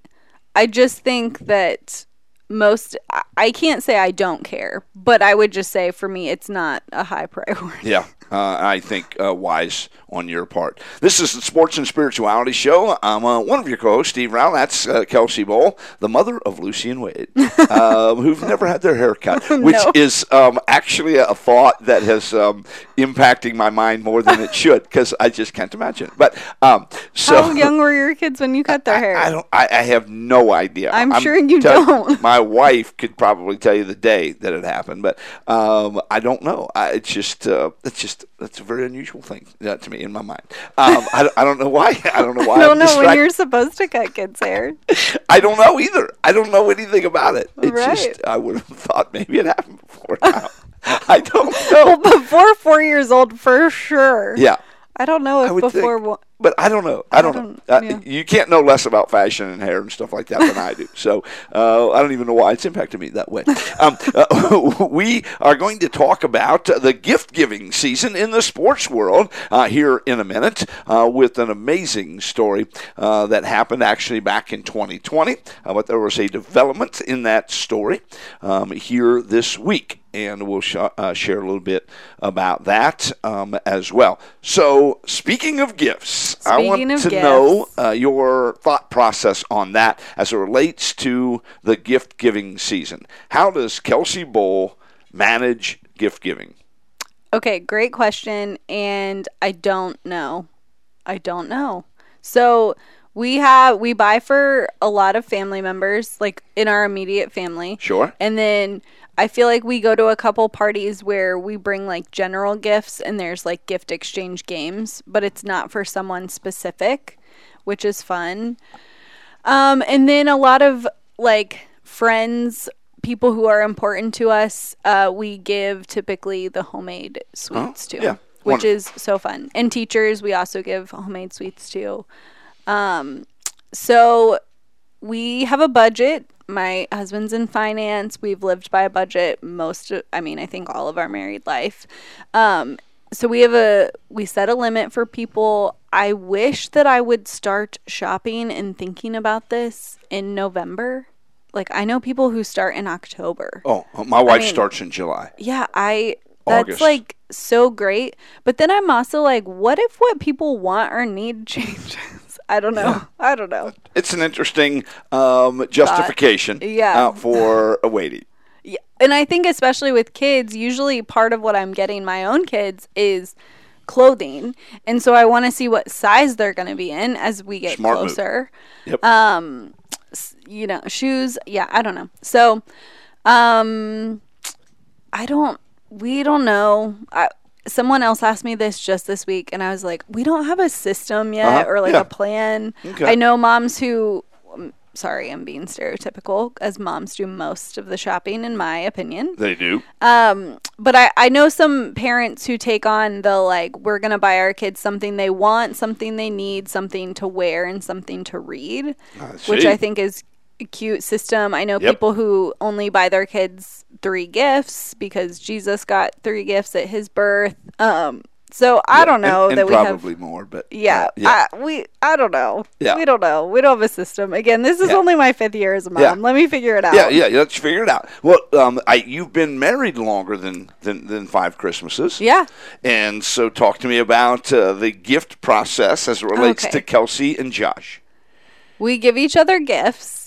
[SPEAKER 2] I just think that most I- I can't say I don't care, but I would just say for me it's not a high priority.
[SPEAKER 1] Yeah, uh, I think uh, wise on your part. This is the Sports and Spirituality Show. I'm uh, one of your co-hosts, Steve Rowell. That's uh, Kelsey Bowl, the mother of Lucy and Wade, um, who've never had their hair cut, which is um, actually a thought that has um, impacting my mind more than it should because I just can't imagine. But um, so
[SPEAKER 2] How young were your kids when you cut their hair?
[SPEAKER 1] I don't. I, I have no idea.
[SPEAKER 2] I'm sure you
[SPEAKER 1] tell-
[SPEAKER 2] don't.
[SPEAKER 1] My wife could probably tell you the day that it happened, but um, I don't know. I, it's just uh, it's just that's a very unusual thing uh, to me in my mind. Um, I, don't- I don't know why. I don't know why.
[SPEAKER 2] I don't
[SPEAKER 1] I'm
[SPEAKER 2] know when
[SPEAKER 1] distracted.
[SPEAKER 2] you're supposed to cut kids' hair.
[SPEAKER 1] I don't know either. I don't know anything about it. It
[SPEAKER 2] Right.
[SPEAKER 1] just I would have thought maybe it happened before now. I don't know.
[SPEAKER 2] well, before four years old, for sure.
[SPEAKER 1] yeah.
[SPEAKER 2] I don't know
[SPEAKER 1] I
[SPEAKER 2] if
[SPEAKER 1] would
[SPEAKER 2] before
[SPEAKER 1] think.
[SPEAKER 2] one.
[SPEAKER 1] But I don't know. I don't,
[SPEAKER 2] don't-
[SPEAKER 1] know. Uh,
[SPEAKER 2] yeah.
[SPEAKER 1] You can't know less about fashion and hair and stuff like that than I do. So uh, I don't even know why it's impacted me that way. Um, uh, we are going to talk about the gift giving season in the sports world uh, here in a minute uh, with an amazing story uh, that happened actually back in 2020. Uh, but there was a development in that story um, here this week and we'll sh- uh, share a little bit about that um, as well. So, speaking of gifts, I want
[SPEAKER 2] Speaking of
[SPEAKER 1] to
[SPEAKER 2] gifts.
[SPEAKER 1] know uh, your thought process on that as it relates to the gift giving season. How does Kelsey Bowl manage gift giving?
[SPEAKER 2] Okay, great question. And I don't know. I don't know. So we have we buy for a lot of family members, like in our immediate family.
[SPEAKER 1] Sure.
[SPEAKER 2] And then I feel like we go to a couple parties where we bring like general gifts and there's like gift exchange games, but it's not for someone specific, which is fun. Um, and then a lot of like friends, people who are important to us, uh, we give typically the homemade sweets to,
[SPEAKER 1] Oh, yeah.
[SPEAKER 2] which
[SPEAKER 1] Wonderful.
[SPEAKER 2] is so fun. And teachers, we also give homemade sweets to. Um, so we have a budget. My husband's in finance. We've lived by a budget most of, I mean, I think all of our married life. Um, so we have a we set a limit for people. I wish that I would start shopping and thinking about this in November. Like I know people who start in October.
[SPEAKER 1] Oh, my wife
[SPEAKER 2] mean-
[SPEAKER 1] starts in July.
[SPEAKER 2] Yeah, I that's
[SPEAKER 1] August.
[SPEAKER 2] like so great. But then I'm also like, what if what people want or need changes? I don't know. I don't know.
[SPEAKER 1] It's an interesting um, justification
[SPEAKER 2] yeah.
[SPEAKER 1] uh, for a waiting.
[SPEAKER 2] Yeah. And I think especially with kids, usually part of what I'm getting my own kids is clothing. And so I want to see what size they're going to be in as we get
[SPEAKER 1] Smart move.
[SPEAKER 2] closer.
[SPEAKER 1] Yep.
[SPEAKER 2] Uh, S- You know, shoes, yeah, I don't know. So um I don't we don't know. I Someone else asked me this just this week, and I was like, "We don't have a system yet,
[SPEAKER 1] Uh-huh,
[SPEAKER 2] or like
[SPEAKER 1] yeah.
[SPEAKER 2] a plan."
[SPEAKER 1] Okay.
[SPEAKER 2] I know moms who, um, sorry, I'm being stereotypical, as moms do most of the shopping, in my opinion.
[SPEAKER 1] they do.
[SPEAKER 2] Um, but I, I know some parents who take on the like, we're going to buy our kids something they want, something they need, something to wear, and something to read, which
[SPEAKER 1] see.
[SPEAKER 2] I think is a cute system. I know
[SPEAKER 1] Yep.
[SPEAKER 2] people who only buy their kids three gifts because Jesus got three gifts at his birth. Um, so I don't
[SPEAKER 1] And-
[SPEAKER 2] know
[SPEAKER 1] and
[SPEAKER 2] that we have.
[SPEAKER 1] probably more, but uh,
[SPEAKER 2] Yeah, I, we I don't know.
[SPEAKER 1] Yeah.
[SPEAKER 2] We don't know. We don't have a system. Again, this is
[SPEAKER 1] Yeah.
[SPEAKER 2] only my fifth year as a mom.
[SPEAKER 1] Yeah.
[SPEAKER 2] Let me figure it out.
[SPEAKER 1] Yeah, yeah, yeah, let's figure it out. Well, um, I, you've been married longer than, than, than five Christmases.
[SPEAKER 2] Yeah.
[SPEAKER 1] And so talk to me about uh, the gift process as it relates
[SPEAKER 2] Okay.
[SPEAKER 1] to Kelsey and Josh.
[SPEAKER 2] We give each other gifts.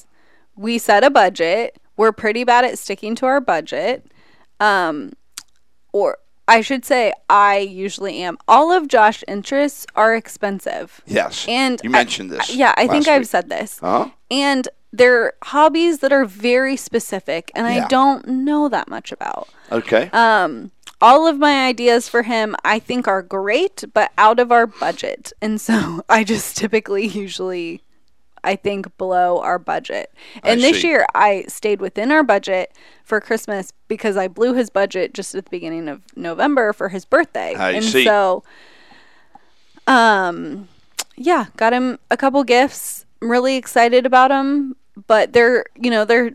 [SPEAKER 2] We set a budget. We're pretty bad at sticking to our budget. Um, or I should say, I usually am. All of Josh's interests are expensive.
[SPEAKER 1] Yes.
[SPEAKER 2] And
[SPEAKER 1] you
[SPEAKER 2] I-
[SPEAKER 1] mentioned this.
[SPEAKER 2] Yeah, I think
[SPEAKER 1] last
[SPEAKER 2] I've
[SPEAKER 1] week.
[SPEAKER 2] said this.
[SPEAKER 1] Uh-huh.
[SPEAKER 2] And they're hobbies that are very specific, and
[SPEAKER 1] Yeah.
[SPEAKER 2] I don't know that much about.
[SPEAKER 1] Okay.
[SPEAKER 2] Um, all of my ideas for him, I think, are great, but out of our budget. And so I just typically, usually, I think, blow our budget. And this
[SPEAKER 1] see.
[SPEAKER 2] year, I stayed within our budget for Christmas because I blew his budget just at the beginning of November for his birthday.
[SPEAKER 1] I
[SPEAKER 2] and
[SPEAKER 1] see.
[SPEAKER 2] so, um, yeah, got him a couple gifts. I'm really excited about them, but they're, you know, they're,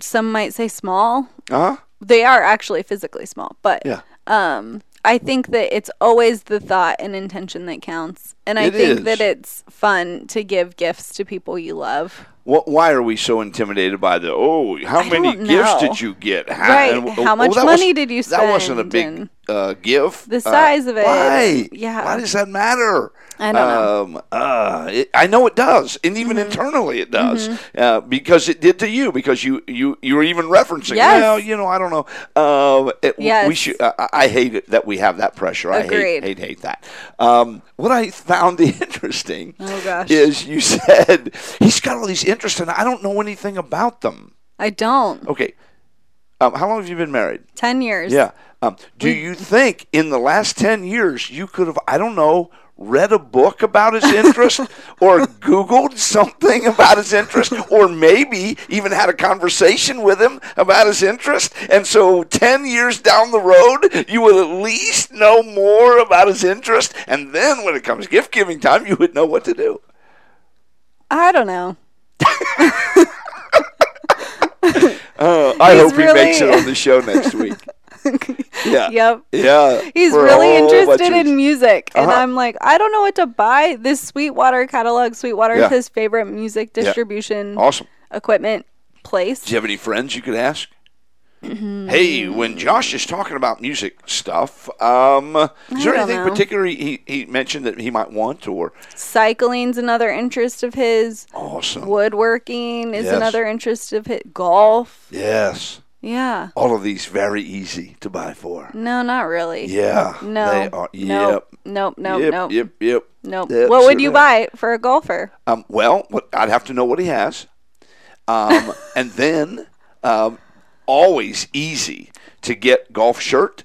[SPEAKER 2] some might say small
[SPEAKER 1] uh-huh.
[SPEAKER 2] they are actually physically small, but
[SPEAKER 1] Yeah.
[SPEAKER 2] um, I think that it's always the thought and intention that counts. And I
[SPEAKER 1] It
[SPEAKER 2] think
[SPEAKER 1] is.
[SPEAKER 2] that it's fun to give gifts to people you love.
[SPEAKER 1] What, why are we so intimidated by the, oh, how
[SPEAKER 2] I
[SPEAKER 1] many
[SPEAKER 2] don't
[SPEAKER 1] gifts
[SPEAKER 2] know.
[SPEAKER 1] did you get? How,
[SPEAKER 2] Right.
[SPEAKER 1] and- oh,
[SPEAKER 2] How much
[SPEAKER 1] that
[SPEAKER 2] money did you
[SPEAKER 1] That wasn't a
[SPEAKER 2] spend
[SPEAKER 1] big
[SPEAKER 2] and
[SPEAKER 1] uh, gift.
[SPEAKER 2] the
[SPEAKER 1] Uh,
[SPEAKER 2] size of it.
[SPEAKER 1] Why?
[SPEAKER 2] Yeah.
[SPEAKER 1] Why does that matter?
[SPEAKER 2] I don't know. Mm-hmm.
[SPEAKER 1] Um, uh, it, I know it does, and even internally it does, uh, because it did to you. Because you you you were even referencing.
[SPEAKER 2] Yes.
[SPEAKER 1] Well, you know, I don't know. Um, it-
[SPEAKER 2] Yes.
[SPEAKER 1] We should. I, I hate it that we have that pressure.
[SPEAKER 2] Agreed.
[SPEAKER 1] I hate hate hate that. Um, what I found interesting
[SPEAKER 2] Oh, gosh.
[SPEAKER 1] is you said he's got all these interests, and I don't know anything about them.
[SPEAKER 2] I don't.
[SPEAKER 1] Okay. Um, how long have you been married?
[SPEAKER 2] 10 years.
[SPEAKER 1] Oh. Yeah. Um, do you think in the last 10 years you could have, I don't know, read a book about his interest or Googled something about his interest or maybe even had a conversation with him about his interest? And so 10 years down the road, you would at least know more about his interest. And then when it comes gift giving time, you would know what to do.
[SPEAKER 2] I don't know.
[SPEAKER 1] Uh, I
[SPEAKER 2] He's
[SPEAKER 1] hope he makes it
[SPEAKER 2] really-
[SPEAKER 1] on the show next week. Yeah.
[SPEAKER 2] Yep.
[SPEAKER 1] Yeah.
[SPEAKER 2] He's
[SPEAKER 1] for a
[SPEAKER 2] really
[SPEAKER 1] whole bunch
[SPEAKER 2] interested
[SPEAKER 1] of-
[SPEAKER 2] in music. And
[SPEAKER 1] Uh-huh.
[SPEAKER 2] I'm like, I don't know what to buy. This Sweetwater catalog, Sweetwater
[SPEAKER 1] Yeah.
[SPEAKER 2] is his favorite music distribution
[SPEAKER 1] Awesome.
[SPEAKER 2] equipment place.
[SPEAKER 1] Do you have any friends you could ask?
[SPEAKER 2] Mm-hmm.
[SPEAKER 1] Hey, when Josh is talking about music stuff, um, is there
[SPEAKER 2] don't
[SPEAKER 1] anything
[SPEAKER 2] know.
[SPEAKER 1] particular he, he mentioned that he might want or
[SPEAKER 2] Cycling's another interest of his.
[SPEAKER 1] awesome?
[SPEAKER 2] Woodworking is
[SPEAKER 1] Yes.
[SPEAKER 2] another interest of his. Golf.
[SPEAKER 1] Yes,
[SPEAKER 2] Yeah.
[SPEAKER 1] all of these very easy to buy for.
[SPEAKER 2] No, not really.
[SPEAKER 1] Yeah,
[SPEAKER 2] No.
[SPEAKER 1] they are.
[SPEAKER 2] Nope.
[SPEAKER 1] Yep.
[SPEAKER 2] Nope. Nope.
[SPEAKER 1] yep,
[SPEAKER 2] nope.
[SPEAKER 1] yep, yep.
[SPEAKER 2] Nope.
[SPEAKER 1] Yep,
[SPEAKER 2] what would you
[SPEAKER 1] certainly.
[SPEAKER 2] buy for a golfer?
[SPEAKER 1] Um, well, what, I'd have to know what he has, um, and then um, always easy to get golf shirt,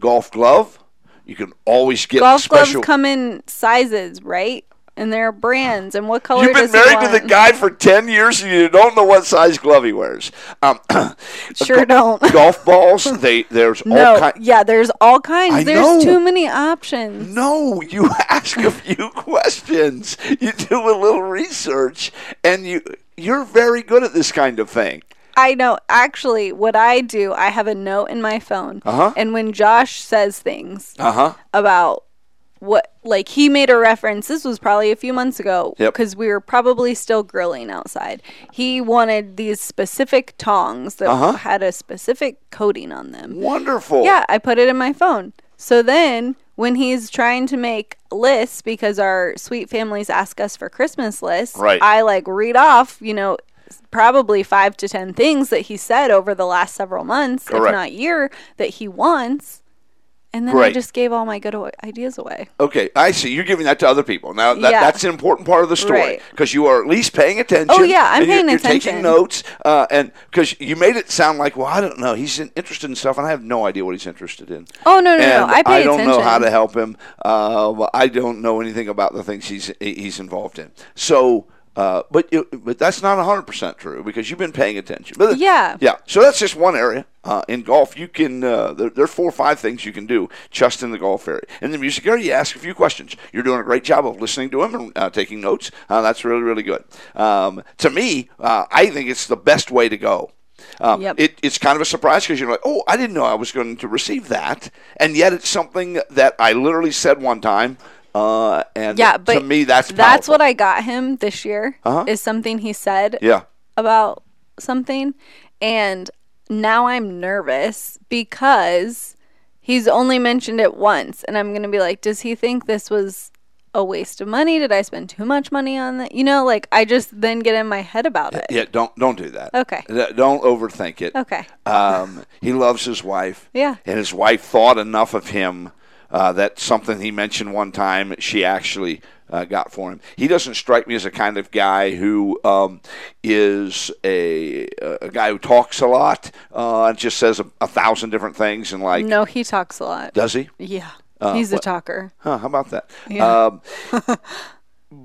[SPEAKER 1] golf glove. You can always get
[SPEAKER 2] Golf
[SPEAKER 1] special.
[SPEAKER 2] gloves come in sizes, right? And there are brands. And what color
[SPEAKER 1] You've been
[SPEAKER 2] does he
[SPEAKER 1] married to the
[SPEAKER 2] want?
[SPEAKER 1] guy for 10 years and you don't know what size glove he wears. Um,
[SPEAKER 2] Sure don't.
[SPEAKER 1] golf balls, they there's all
[SPEAKER 2] No.
[SPEAKER 1] kinds.
[SPEAKER 2] Yeah, there's all kinds.
[SPEAKER 1] I
[SPEAKER 2] there's
[SPEAKER 1] know.
[SPEAKER 2] too many options.
[SPEAKER 1] No, you ask a few questions. You do a little research and you you're very good at this kind of thing.
[SPEAKER 2] I know. Actually, what I do, I have a note in my phone.
[SPEAKER 1] Uh-huh.
[SPEAKER 2] And when Josh says things,
[SPEAKER 1] Uh-huh.
[SPEAKER 2] about what like he made a reference this was probably a few months ago
[SPEAKER 1] Yep.
[SPEAKER 2] because we were probably still grilling outside he wanted these specific tongs that
[SPEAKER 1] Uh-huh.
[SPEAKER 2] had a specific coating on them
[SPEAKER 1] Wonderful.
[SPEAKER 2] yeah i put it in my phone so then when he's trying to make lists because our sweet families ask us for christmas lists
[SPEAKER 1] Right.
[SPEAKER 2] i like read off you know probably five to ten things that he said over the last several months
[SPEAKER 1] Correct.
[SPEAKER 2] if not year that he wants and then I
[SPEAKER 1] Great.
[SPEAKER 2] just gave all my good awa- ideas away.
[SPEAKER 1] Okay, I see. You're giving that to other people. Now, that,
[SPEAKER 2] Yeah.
[SPEAKER 1] that's an important part of the story
[SPEAKER 2] Right.
[SPEAKER 1] because you are at least paying attention.
[SPEAKER 2] Oh, yeah, I'm
[SPEAKER 1] and you're-
[SPEAKER 2] paying
[SPEAKER 1] you're taking
[SPEAKER 2] attention.
[SPEAKER 1] notes, uh, and because you made it sound like, well, I don't know, he's in, interested in stuff, and I have no idea what he's interested in.
[SPEAKER 2] Oh, no, no, no,
[SPEAKER 1] And
[SPEAKER 2] I pay
[SPEAKER 1] I don't know
[SPEAKER 2] attention.
[SPEAKER 1] how to help him. Uh, I don't know anything about the things he's he's involved in. So. Uh, but you, but that's not 100% true because you've been paying attention. But
[SPEAKER 2] Yeah.
[SPEAKER 1] yeah. So that's just one area. Uh, in golf, you can uh, there, there are four or five things you can do just in the golf area. In the music area, you ask a few questions. You're doing a great job of listening to him and uh, taking notes. Uh, that's really really good. Um, to me, uh, I think it's the best way to go. Um,
[SPEAKER 2] Yep.
[SPEAKER 1] it, it's kind of a surprise because you're like, oh, I didn't know I was going to receive that, and yet it's something that I literally said one time. Uh, and
[SPEAKER 2] Yeah, but
[SPEAKER 1] to me, that's
[SPEAKER 2] that's
[SPEAKER 1] powerful.
[SPEAKER 2] what I got him this year.
[SPEAKER 1] Uh-huh.
[SPEAKER 2] Is something he said
[SPEAKER 1] yeah.
[SPEAKER 2] about something, and now I'm nervous because he's only mentioned it once, and I'm gonna be like, does he think this was a waste of money? Did I spend too much money on that? You know, like I just then get in my head about it.
[SPEAKER 1] Yeah, don't don't do that.
[SPEAKER 2] Okay.
[SPEAKER 1] Th- Don't overthink it.
[SPEAKER 2] Okay.
[SPEAKER 1] Um, he loves his wife.
[SPEAKER 2] Yeah.
[SPEAKER 1] And his wife thought enough of him uh, that something he mentioned one time she actually uh, got for him. He doesn't strike me as a kind of guy who um, is a a guy who talks a lot uh, and just says a, a thousand different things and like
[SPEAKER 2] No, he talks a lot.
[SPEAKER 1] does he?
[SPEAKER 2] yeah,
[SPEAKER 1] Uh,
[SPEAKER 2] he's a talker.
[SPEAKER 1] Huh, how about that?
[SPEAKER 2] Yeah.
[SPEAKER 1] Um,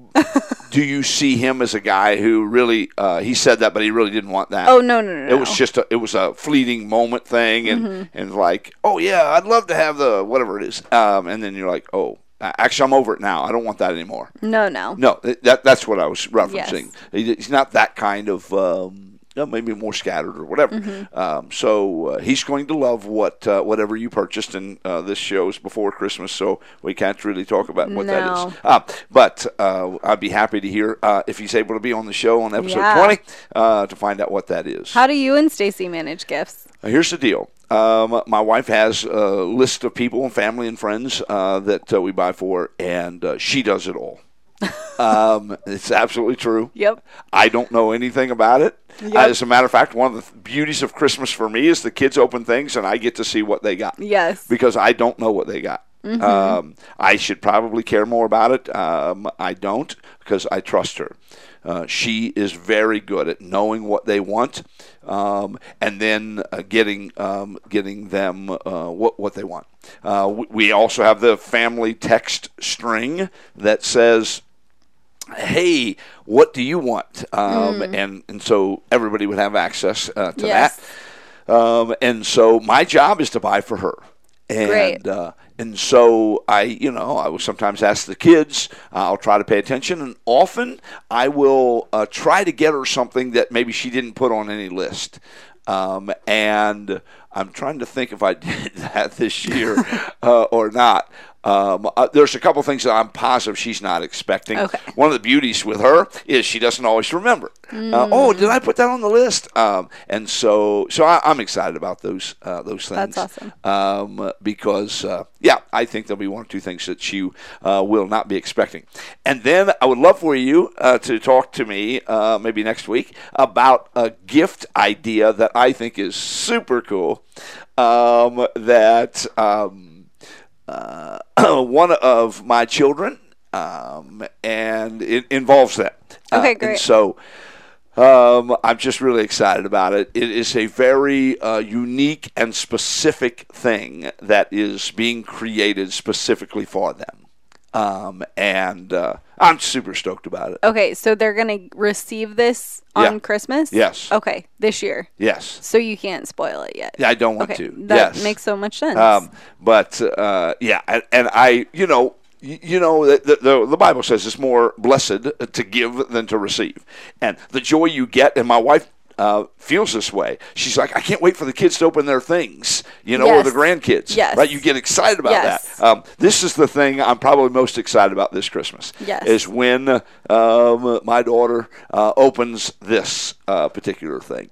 [SPEAKER 1] do you see him as a guy who really uh, he said that, but he really didn't want that?
[SPEAKER 2] Oh no, no, no, no.
[SPEAKER 1] It was just a, it was a fleeting moment thing, and
[SPEAKER 2] Mm-hmm.
[SPEAKER 1] and like, oh yeah, I'd love to have the whatever it is, um, and then you're like, oh, a- actually, I'm over it now. I don't want that anymore.
[SPEAKER 2] no, no.
[SPEAKER 1] No, th- that that's what I was referencing. He- He's not that kind of um, uh, maybe more scattered or whatever.
[SPEAKER 2] Mm-hmm.
[SPEAKER 1] Um, so uh, he's going to love what uh, whatever you purchased, and uh, this show is before Christmas, so we can't really talk about what that
[SPEAKER 2] No.
[SPEAKER 1] is. Uh, but uh, I'd be happy to hear uh, if he's able to be on the show on episode
[SPEAKER 2] Yeah.
[SPEAKER 1] twenty uh, to find out what that is.
[SPEAKER 2] How do you and Stacy manage gifts?
[SPEAKER 1] Uh, Here's the deal. Um, my wife has a list of people and family and friends uh, that uh, we buy for, and uh, she does it all. um, it's absolutely true.
[SPEAKER 2] Yep.
[SPEAKER 1] I don't know anything about it. Uh, as a matter of fact, one of the th- beauties of Christmas for me is the kids open things and I get to see what they got
[SPEAKER 2] Yes. Mm-hmm.
[SPEAKER 1] because I don't know what they got. Um, I should probably care more about it. Um, I don't because I trust her. Uh, she is very good at knowing what they want, um, and then uh, getting um, getting them uh, what what they want. Uh, we, we also have the family text string that says hey, what do you want? Um, and, and so everybody would have access uh, to
[SPEAKER 2] Mm. Yes.
[SPEAKER 1] that. Um, and so my job is to buy for her. And,
[SPEAKER 2] Great.
[SPEAKER 1] Uh, and so I, you know, I will sometimes ask the kids, uh, I'll try to pay attention. And often I will uh, try to get her something that maybe she didn't put on any list. Um, and I'm trying to think if I did that this year uh, or not. Um, uh, there's a couple things that I'm positive she's not expecting.
[SPEAKER 2] Okay.
[SPEAKER 1] One of the beauties with her is she doesn't always remember.
[SPEAKER 2] Mm.
[SPEAKER 1] Uh, oh, did I put that on the list? Um, and so, so I, I'm excited about those uh, those things.
[SPEAKER 2] That's awesome.
[SPEAKER 1] Um, because uh, yeah, I think there'll be one or two things that you uh, will not be expecting. And then I would love for you uh, to talk to me uh, maybe next week about a gift idea that I think is super cool. Um, that. Um, uh, one of my children, um, and it involves that. Uh,
[SPEAKER 2] Okay,
[SPEAKER 1] and
[SPEAKER 2] great.
[SPEAKER 1] so um, I'm just really excited about it. It is a very uh, unique and specific thing that is being created specifically for them, um, and uh, I'm super stoked about it.
[SPEAKER 2] Okay, so they're gonna receive this on
[SPEAKER 1] Yeah.
[SPEAKER 2] Christmas.
[SPEAKER 1] Yes.
[SPEAKER 2] Okay, this year.
[SPEAKER 1] Yes,
[SPEAKER 2] So you can't spoil it yet.
[SPEAKER 1] yeah, I don't want
[SPEAKER 2] Okay,
[SPEAKER 1] to.
[SPEAKER 2] that
[SPEAKER 1] yes.
[SPEAKER 2] makes so much sense.
[SPEAKER 1] Um, but uh, yeah, and, and I, you know, y- you know, the, the, the Bible says it's more blessed to give than to receive, and the joy you get. And my wife uh, feels this way. She's like, I can't wait for the kids to open their things, you know, or
[SPEAKER 2] Yes.
[SPEAKER 1] the grandkids.
[SPEAKER 2] Yes.
[SPEAKER 1] right? You get excited about
[SPEAKER 2] Yes.
[SPEAKER 1] that. Um, this is the thing I'm probably most excited about this Christmas.
[SPEAKER 2] Yes.
[SPEAKER 1] is when um, my daughter uh, opens this uh, particular thing.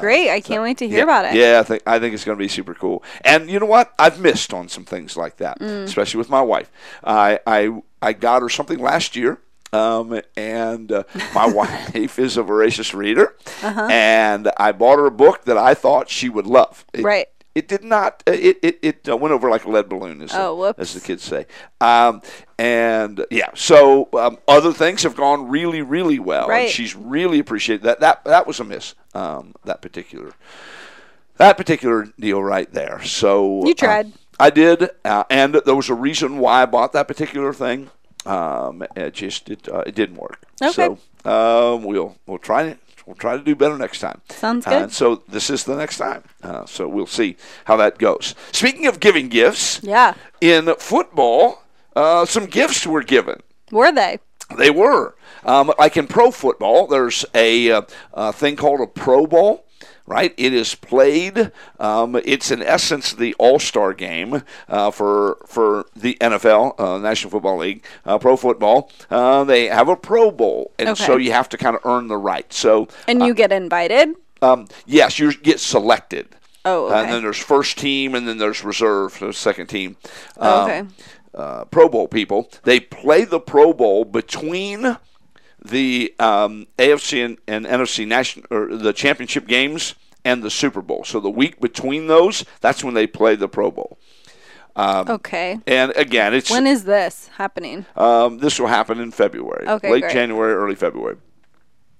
[SPEAKER 2] Great. I can't wait to hear
[SPEAKER 1] uh, Yeah.
[SPEAKER 2] about it.
[SPEAKER 1] Yeah, I think I think it's going to be super cool. And you know what? I've missed on some things like that,
[SPEAKER 2] Mm.
[SPEAKER 1] especially with my wife. I I I got her something last year. Um, and uh, my wife is a voracious reader,
[SPEAKER 2] Uh-huh.
[SPEAKER 1] and I bought her a book that I thought she would love. It-
[SPEAKER 2] Right.
[SPEAKER 1] It did not. It it, it uh, went over like a lead balloon, as,
[SPEAKER 2] Oh,
[SPEAKER 1] the,
[SPEAKER 2] whoops.
[SPEAKER 1] as the kids say. Um, and yeah, so um, other things have gone really, really well. and
[SPEAKER 2] Right.
[SPEAKER 1] she's really appreciated that. That that was a miss. Um, that particular that particular deal right there. So
[SPEAKER 2] You tried.
[SPEAKER 1] uh, I did, uh, and there was a reason why I bought that particular thing. Um, it just it, uh, it didn't work.
[SPEAKER 2] Okay.
[SPEAKER 1] So um, we'll we'll try it. We'll try to do better next time.
[SPEAKER 2] Sounds
[SPEAKER 1] Uh,
[SPEAKER 2] good.
[SPEAKER 1] and so this is the next time. Uh, so we'll see how that goes. Speaking of giving gifts,
[SPEAKER 2] Yeah.
[SPEAKER 1] in football, uh, some gifts were given.
[SPEAKER 2] Were they?
[SPEAKER 1] They were. Um, like in pro football, there's a, uh, uh thing called a Pro Bowl. Right, it is played. Um, it's in essence the All-Star game uh, for for the NFL, uh, National Football League, uh, Pro Football. Uh, they have a Pro Bowl, and
[SPEAKER 2] Okay.
[SPEAKER 1] so you have to kind of earn the right. So
[SPEAKER 2] And you get invited?
[SPEAKER 1] um, yes, you get selected. Uh,
[SPEAKER 2] Oh,
[SPEAKER 1] And
[SPEAKER 2] okay.
[SPEAKER 1] then there's first team, and then there's reserve, so second team. Um,
[SPEAKER 2] Oh, okay.
[SPEAKER 1] Uh, Pro Bowl people. They play the Pro Bowl between the um, AFC and, and NFC national or the championship games and the Super Bowl. So the week between those, that's when they play the Pro Bowl. um,
[SPEAKER 2] Okay.
[SPEAKER 1] And again, it's
[SPEAKER 2] When is this happening?
[SPEAKER 1] um, this will happen in February,
[SPEAKER 2] Okay,
[SPEAKER 1] late
[SPEAKER 2] great.
[SPEAKER 1] January, early February.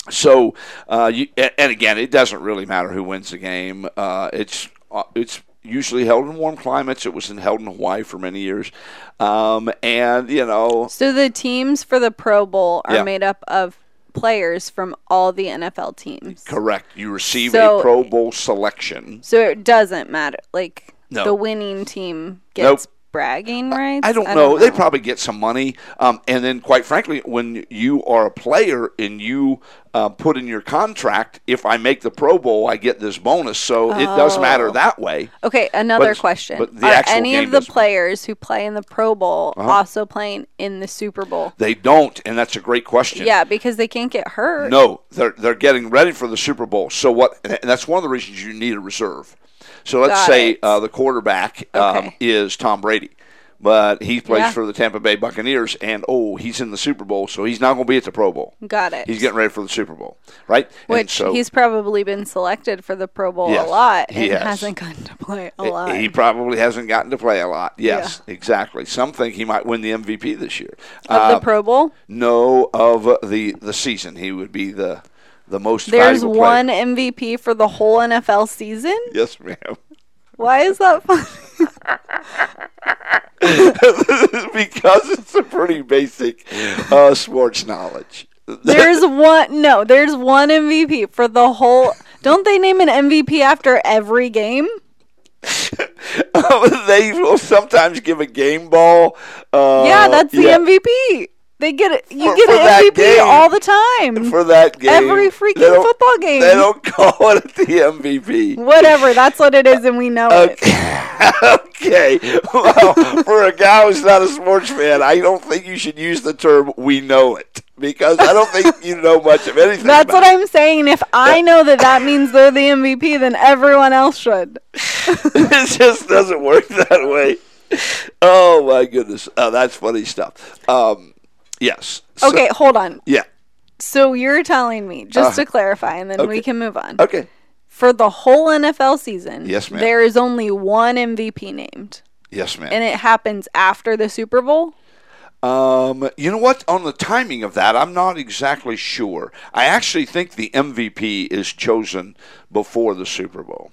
[SPEAKER 1] So, uh, you, a- and again, it doesn't really matter who wins the game. Uh, it's uh, it's usually held in warm climates. It was in, held in Hawaii for many years, um, and you know,
[SPEAKER 2] So the teams for the Pro Bowl are
[SPEAKER 1] Yeah.
[SPEAKER 2] made up of players from all the NFL teams.
[SPEAKER 1] correct. You receive a
[SPEAKER 2] So-
[SPEAKER 1] Pro Bowl selection.
[SPEAKER 2] So it doesn't matter. Like
[SPEAKER 1] No.
[SPEAKER 2] the winning team gets bragging rights?
[SPEAKER 1] I don't, know. They probably get some money. Um, and then, quite frankly, when you are a player and you uh, put in your contract, if I make the Pro Bowl, I get this bonus. So it does matter that way.
[SPEAKER 2] Okay, another
[SPEAKER 1] it's-
[SPEAKER 2] question.
[SPEAKER 1] but the
[SPEAKER 2] Are
[SPEAKER 1] actual
[SPEAKER 2] any
[SPEAKER 1] game
[SPEAKER 2] of the
[SPEAKER 1] doesn't- Uh-huh.
[SPEAKER 2] players who play in the Pro Bowl also playing in the Super Bowl?
[SPEAKER 1] They don't, and that's a great question.
[SPEAKER 2] Yeah, because they can't get hurt.
[SPEAKER 1] No, they're they're getting ready for the Super Bowl. So what? And that's one of the reasons you need a reserve. So let's
[SPEAKER 2] Got
[SPEAKER 1] say
[SPEAKER 2] it.
[SPEAKER 1] uh, the quarterback um,
[SPEAKER 2] Okay.
[SPEAKER 1] is Tom Brady, but he plays
[SPEAKER 2] Yeah.
[SPEAKER 1] for the Tampa Bay Buccaneers, and oh, he's in the Super Bowl, so he's not going to be at the Pro Bowl.
[SPEAKER 2] Got it.
[SPEAKER 1] He's getting ready for the Super Bowl, right? And
[SPEAKER 2] Which
[SPEAKER 1] so-
[SPEAKER 2] he's probably been selected for the Pro Bowl
[SPEAKER 1] Yes,
[SPEAKER 2] a lot and
[SPEAKER 1] he has.
[SPEAKER 2] hasn't gotten to play a
[SPEAKER 1] He-
[SPEAKER 2] lot.
[SPEAKER 1] He probably hasn't gotten to play a lot. Yes, exactly. Some think he might win the MVP this year.
[SPEAKER 2] of
[SPEAKER 1] Uh,
[SPEAKER 2] the Pro Bowl?
[SPEAKER 1] no, of uh, the the season, he would be the the most.
[SPEAKER 2] There's
[SPEAKER 1] valuable player.
[SPEAKER 2] one MVP for the whole NFL season?
[SPEAKER 1] Yes, ma'am.
[SPEAKER 2] Why is that funny?
[SPEAKER 1] because it's a pretty basic uh, sports knowledge.
[SPEAKER 2] There's one no, there's one MVP for the whole Don't they name an MVP after every game?
[SPEAKER 1] they will sometimes give a game ball. Uh,
[SPEAKER 2] yeah, that's the
[SPEAKER 1] yeah,
[SPEAKER 2] MVP. They get it. You
[SPEAKER 1] For-
[SPEAKER 2] get
[SPEAKER 1] for that
[SPEAKER 2] an MVP
[SPEAKER 1] game.
[SPEAKER 2] all the time.
[SPEAKER 1] for that game.
[SPEAKER 2] every freaking
[SPEAKER 1] They don't-
[SPEAKER 2] football game.
[SPEAKER 1] They don't call it the MVP.
[SPEAKER 2] Whatever, that's what it is, and we know it.
[SPEAKER 1] Okay. okay. Well, for a guy who's not a sports fan, I don't think you should use the term "we know it" because I don't think you know much of anything.
[SPEAKER 2] That's
[SPEAKER 1] about
[SPEAKER 2] what I'm saying. If I know that that means they're the MVP, then everyone else should.
[SPEAKER 1] it just doesn't work that way. Oh my goodness, uh, that's funny stuff. Um, yes. So-
[SPEAKER 2] Okay, hold on.
[SPEAKER 1] yeah.
[SPEAKER 2] So you're telling me, just to clarify, and then we can move on.
[SPEAKER 1] Uh-huh. Okay. Uh,
[SPEAKER 2] For the whole NFL season,
[SPEAKER 1] Yes, ma'am.
[SPEAKER 2] there is only one MVP named,
[SPEAKER 1] Yes, ma'am.
[SPEAKER 2] and it happens after the Super Bowl.
[SPEAKER 1] Um, you know what? On the timing of that, I'm not exactly sure. I actually think the MVP is chosen before the Super Bowl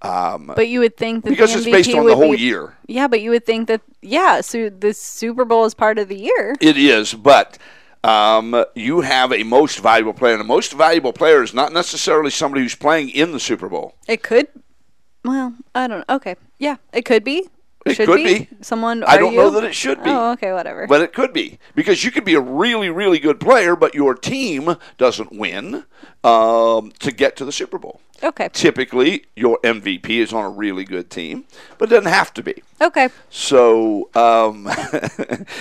[SPEAKER 2] But you would think that
[SPEAKER 1] because
[SPEAKER 2] the
[SPEAKER 1] it's
[SPEAKER 2] MVP
[SPEAKER 1] based on
[SPEAKER 2] would
[SPEAKER 1] the whole
[SPEAKER 2] be,
[SPEAKER 1] year.
[SPEAKER 2] Yeah, but you would think that yeah, so the Super Bowl is part of the year.
[SPEAKER 1] It is, but um, you have a most valuable player, and a most valuable player is not necessarily somebody who's playing in the Super Bowl.
[SPEAKER 2] It could. Well, I don't. Okay, yeah, it could be.
[SPEAKER 1] It
[SPEAKER 2] Should
[SPEAKER 1] could be.
[SPEAKER 2] Someone.
[SPEAKER 1] I
[SPEAKER 2] are
[SPEAKER 1] don't know
[SPEAKER 2] you?
[SPEAKER 1] that it should be.
[SPEAKER 2] Oh, okay, whatever.
[SPEAKER 1] But it could be because you could be a really, really good player, but your team doesn't win um, to get to the Super Bowl.
[SPEAKER 2] okay.
[SPEAKER 1] Typically, your MVP is on a really good team, but it doesn't have to be.
[SPEAKER 2] Okay.
[SPEAKER 1] So, um,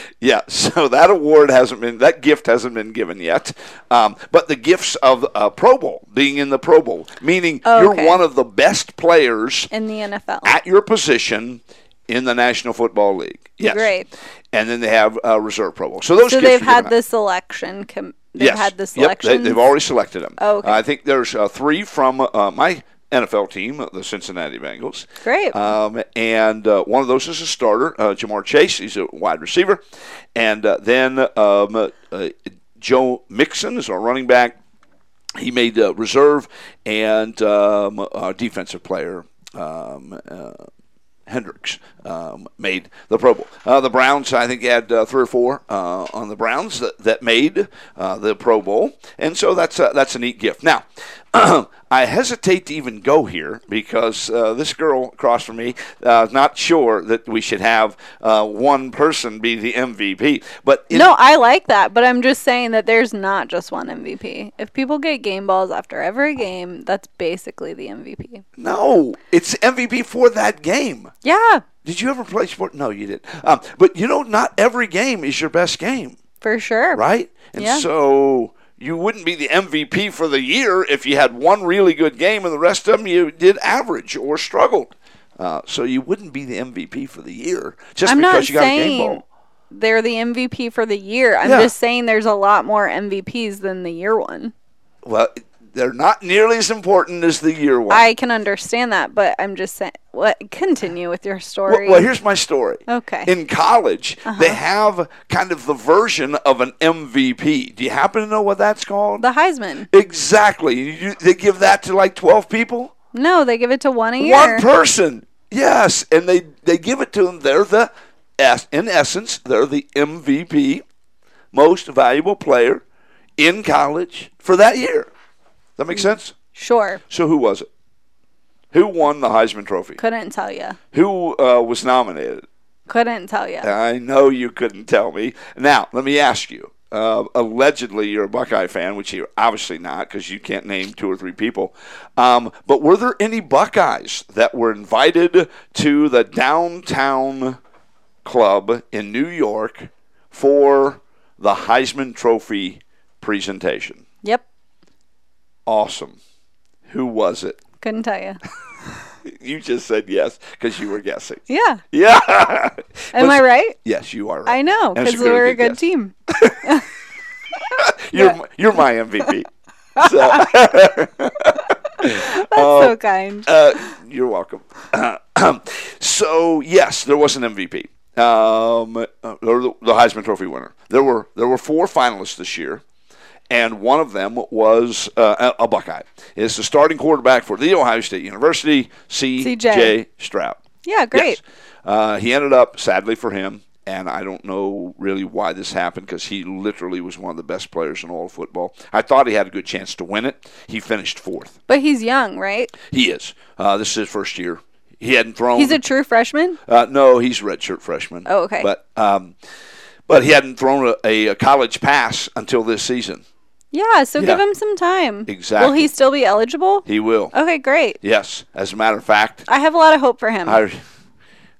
[SPEAKER 1] yeah, so that award hasn't been, that gift hasn't been given yet. Um, but the gifts of uh, Pro Bowl, being in the Pro Bowl, meaning
[SPEAKER 2] Okay.
[SPEAKER 1] you're one of the best players
[SPEAKER 2] In the NFL.
[SPEAKER 1] at your position in the National Football League. Yes.
[SPEAKER 2] Great.
[SPEAKER 1] And then they have uh, reserve Pro Bowl. So those
[SPEAKER 2] so
[SPEAKER 1] gifts
[SPEAKER 2] they've
[SPEAKER 1] are given
[SPEAKER 2] had
[SPEAKER 1] out.
[SPEAKER 2] the selection. Com- they've
[SPEAKER 1] yes.
[SPEAKER 2] had the
[SPEAKER 1] Yep,
[SPEAKER 2] selection.
[SPEAKER 1] they, have already selected them.
[SPEAKER 2] Oh, okay.
[SPEAKER 1] I think there's uh, three from uh, my NFL team, uh, the Cincinnati Bengals.
[SPEAKER 2] Great.
[SPEAKER 1] Um, and uh, one of those is a starter, uh, Jamar Chase. He's a wide receiver. And uh, then um, uh, uh, Joe Mixon is our running back. He made uh, reserve and um, our defensive player. Um, uh, Hendricks um, made the Pro Bowl. Uh, the Browns, I think, had uh, three or four uh, on the Browns that, that made uh, the Pro Bowl, and so that's a, that's a neat gift. Now, I hesitate to even go here because uh, this girl across from me uh, is not sure that we should have uh, one person be the MVP. But in,
[SPEAKER 2] no, I like that, but I'm just saying that there's not just one MVP. If people get game balls after every game, that's basically the MVP.
[SPEAKER 1] no, it's MVP for that game.
[SPEAKER 2] Yeah,
[SPEAKER 1] Did you ever play sport? No, you didn't. Um, but you know, not every game is your best game.
[SPEAKER 2] for sure.
[SPEAKER 1] right? And
[SPEAKER 2] Yeah.
[SPEAKER 1] so you wouldn't be the MVP for the year if you had one really good game and the rest of them you did average or struggled. Uh, so you wouldn't be the MVP for the year just
[SPEAKER 2] I'm
[SPEAKER 1] because
[SPEAKER 2] not
[SPEAKER 1] you got a game
[SPEAKER 2] saying
[SPEAKER 1] ball.
[SPEAKER 2] they're the MVP for the year. I'm
[SPEAKER 1] Yeah.
[SPEAKER 2] just saying there's a lot more MVPs than the year one.
[SPEAKER 1] Well, they're not nearly as important as the year one.
[SPEAKER 2] I can understand that, but I'm just saying. What? Continue with your
[SPEAKER 1] Well-
[SPEAKER 2] story.
[SPEAKER 1] well, here's my story.
[SPEAKER 2] Okay. Uh-huh.
[SPEAKER 1] In college, they have kind of the version of an MVP. Do you happen to know what that's called?
[SPEAKER 2] the Heisman.
[SPEAKER 1] exactly. You, they give that to like 12 people?
[SPEAKER 2] No, they give it to one a year.
[SPEAKER 1] one person. Yes, and they they give it to them. They're the es- in essence they're the MVP, most valuable player in college for that year. That makes sense.
[SPEAKER 2] sure.
[SPEAKER 1] So who was it? Who won the Heisman Trophy?
[SPEAKER 2] Couldn't tell you.
[SPEAKER 1] Who uh, was nominated?
[SPEAKER 2] Couldn't tell you.
[SPEAKER 1] I know you couldn't tell me. Now, let me ask you. Uh, allegedly, you're a Buckeye fan, which you're obviously not because you can't name two or three people. Um, but were there any Buckeyes that were invited to the downtown club in New York for the Heisman Trophy presentation?
[SPEAKER 2] Yep.
[SPEAKER 1] Awesome. Who was it?
[SPEAKER 2] Couldn't tell you.
[SPEAKER 1] You just said yes because you were guessing.
[SPEAKER 2] Yeah.
[SPEAKER 1] Yeah.
[SPEAKER 2] Am I right?
[SPEAKER 1] Yes, you are. Right.
[SPEAKER 2] I know
[SPEAKER 1] That's
[SPEAKER 2] because we're a good
[SPEAKER 1] guess.
[SPEAKER 2] team.
[SPEAKER 1] You're you're my MVP. So,
[SPEAKER 2] That's so kind.
[SPEAKER 1] Oh. uh, you're welcome. so yes, there was an MVP, um, uh, or the the Heisman Trophy winner. There were there were four finalists this year, and one of them was uh, a a Buckeye. It's the starting quarterback for the Ohio State University, C.J.
[SPEAKER 2] C.J.
[SPEAKER 1] Stroud.
[SPEAKER 2] yeah,
[SPEAKER 1] Yes.
[SPEAKER 2] great.
[SPEAKER 1] Uh, he ended up, sadly for him, and I don't know really why this happened because he literally was one of the best players in all of football. I thought he had a good chance to win it. He finished fourth.
[SPEAKER 2] But he's young, right?
[SPEAKER 1] He is. Uh, this is his first year. He hadn't thrown.
[SPEAKER 2] He's a true freshman.
[SPEAKER 1] uh, no, he's a redshirt freshman.
[SPEAKER 2] Oh, okay.
[SPEAKER 1] But um, but he hadn't thrown a, a, college pass until this season.
[SPEAKER 2] Yeah, so give
[SPEAKER 1] Yeah.
[SPEAKER 2] him some time. Will
[SPEAKER 1] Exactly.
[SPEAKER 2] he still be eligible?
[SPEAKER 1] He will.
[SPEAKER 2] Okay, great.
[SPEAKER 1] Yes. As a matter of fact,
[SPEAKER 2] I have a lot of hope for him.
[SPEAKER 1] I,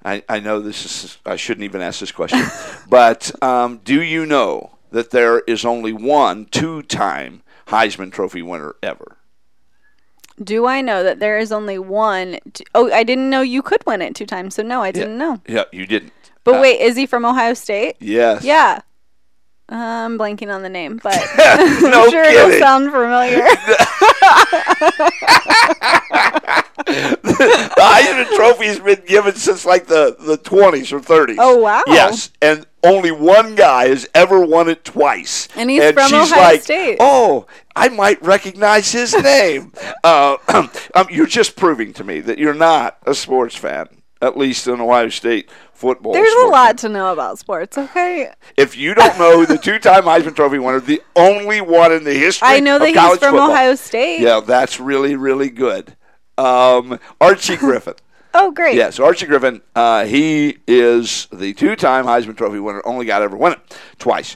[SPEAKER 1] I, I know this is. I shouldn't even ask this question, but um, do you know that there is only one two-time Heisman Trophy winner ever?
[SPEAKER 2] Do I know that there is only one? t- Oh, I didn't know you could win it two times, so no, I didn't know.
[SPEAKER 1] Yeah, Uh, you didn't.
[SPEAKER 2] But wait, is he from Ohio State?
[SPEAKER 1] Yes.
[SPEAKER 2] Yeah. I'm blanking on the name, but
[SPEAKER 1] No
[SPEAKER 2] I'm sure
[SPEAKER 1] kidding.
[SPEAKER 2] it'll sound familiar.
[SPEAKER 1] The Heisman Trophy's been given since like the the twenties or thirties.
[SPEAKER 2] Oh, wow.
[SPEAKER 1] Yes, and only one guy has ever won it twice.
[SPEAKER 2] And he's from
[SPEAKER 1] she's
[SPEAKER 2] Ohio
[SPEAKER 1] like,
[SPEAKER 2] State.
[SPEAKER 1] Oh, I might recognize his name. uh, um, you're just proving to me that you're not a sports fan, at least in Ohio State football.
[SPEAKER 2] There's a
[SPEAKER 1] sports fan.
[SPEAKER 2] lot to know about sports, okay?
[SPEAKER 1] If you don't know the two-time Heisman Trophy winner, the only one in the history,
[SPEAKER 2] I know
[SPEAKER 1] of
[SPEAKER 2] that he's
[SPEAKER 1] Oh, college
[SPEAKER 2] from
[SPEAKER 1] football.
[SPEAKER 2] Ohio State.
[SPEAKER 1] Yeah, that's really really good. Um, Archie Griffin.
[SPEAKER 2] Oh, great.
[SPEAKER 1] Yes, Archie Griffin. Uh, he is the two-time Heisman Trophy winner. Only guy to ever win it twice.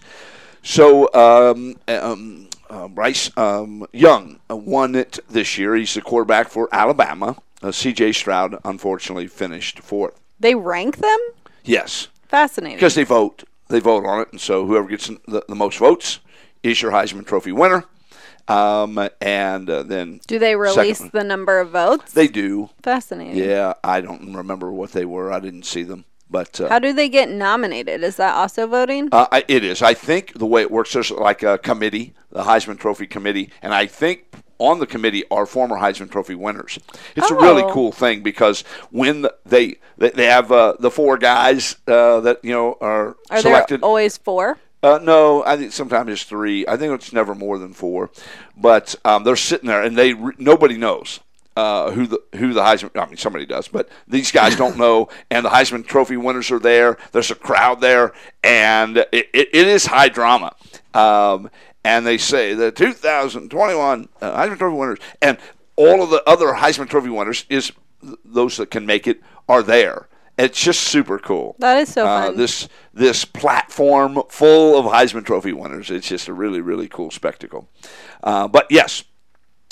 [SPEAKER 1] So um, um, uh, Bryce um, Young uh, won it this year. He's the quarterback for Alabama. Uh, C.J. Stroud unfortunately finished fourth.
[SPEAKER 2] They rank them?
[SPEAKER 1] Yes,
[SPEAKER 2] Fascinating.
[SPEAKER 1] because they vote. They vote on it, and so whoever gets the, the most votes is your Heisman Trophy winner. Um, and uh, then
[SPEAKER 2] Do they release
[SPEAKER 1] Second.
[SPEAKER 2] the number of votes?
[SPEAKER 1] they do.
[SPEAKER 2] Fascinating.
[SPEAKER 1] Yeah, I don't remember what they were. I didn't see them, but uh,
[SPEAKER 2] How do they get nominated? Is that also voting?
[SPEAKER 1] Uh, I, it is. I think the way it works, there's like a committee, the Heisman Trophy committee, and I think on the committee are former Heisman Trophy winners. It's a really
[SPEAKER 2] Oh.
[SPEAKER 1] cool thing because when the, they, they they have uh, the four guys uh, that you know are,
[SPEAKER 2] Are
[SPEAKER 1] selected.
[SPEAKER 2] there always four?
[SPEAKER 1] Uh, no, I think sometimes it's three. I think it's never more than four. But um, they're sitting there, and they re- nobody knows uh, who the who the Heisman. I mean, somebody does, but these guys don't know. And the Heisman Trophy winners are there. There's a crowd there, and it, it, it is high drama. Um, and they say the 2021 uh, Heisman Trophy winners, and all of the other Heisman Trophy winners is th- those that can make it are there. It's just super cool.
[SPEAKER 2] That is so
[SPEAKER 1] Uh,
[SPEAKER 2] fun.
[SPEAKER 1] this this platform full of Heisman Trophy winners. It's just a really really cool spectacle. Uh, but yes,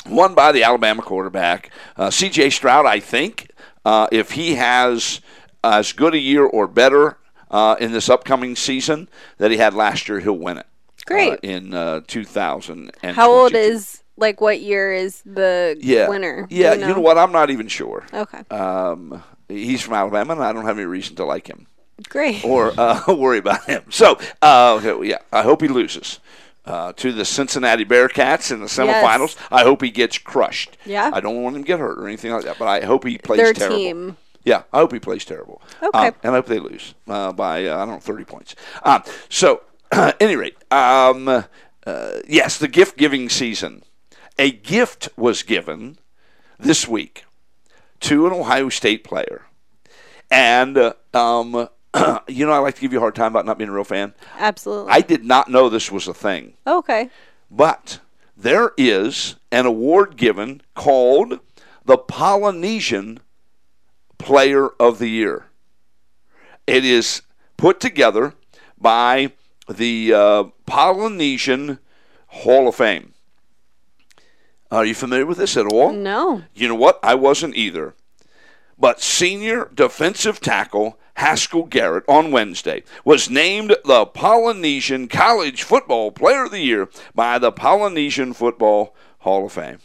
[SPEAKER 1] won by the Alabama quarterback uh, C.J. Stroud. I think uh, if he has as good a year or better uh, in this upcoming season that he had last year, he'll win it.
[SPEAKER 2] Great.
[SPEAKER 1] uh, in uh, 2000.
[SPEAKER 2] How old is like what year is the
[SPEAKER 1] yeah
[SPEAKER 2] winner? Do
[SPEAKER 1] Yeah, you know? what? I'm not even sure.
[SPEAKER 2] Okay,
[SPEAKER 1] Um, he's from Alabama, and I don't have any reason to like him
[SPEAKER 2] great.
[SPEAKER 1] or uh, worry about him. So, uh, okay, well, yeah, I hope he loses uh, to the Cincinnati Bearcats in the semifinals. I hope he gets crushed.
[SPEAKER 2] Yeah.
[SPEAKER 1] I don't want him to get hurt or anything like that, but I hope he plays
[SPEAKER 2] Their
[SPEAKER 1] terrible.
[SPEAKER 2] team.
[SPEAKER 1] Yeah, I hope he plays terrible.
[SPEAKER 2] Okay.
[SPEAKER 1] Um, and I hope they lose uh, by, uh, I don't know, 30 points. Um, so, any rate, um, uh, yes, the gift giving season. A gift was given this week to an Ohio State player. And, uh, um, you know, I like to give you a hard time about not being a real fan.
[SPEAKER 2] Absolutely.
[SPEAKER 1] I did not know this was a thing,
[SPEAKER 2] okay.
[SPEAKER 1] but there is an award given called the Polynesian Player of the Year. It is put together by the uh, Polynesian Hall of Fame. Are you familiar with this at all?
[SPEAKER 2] No.
[SPEAKER 1] You know what? I wasn't either. But senior defensive tackle Haskell Garrett on Wednesday was named the Polynesian College Football Player of the Year by the Polynesian Football Hall of Fame.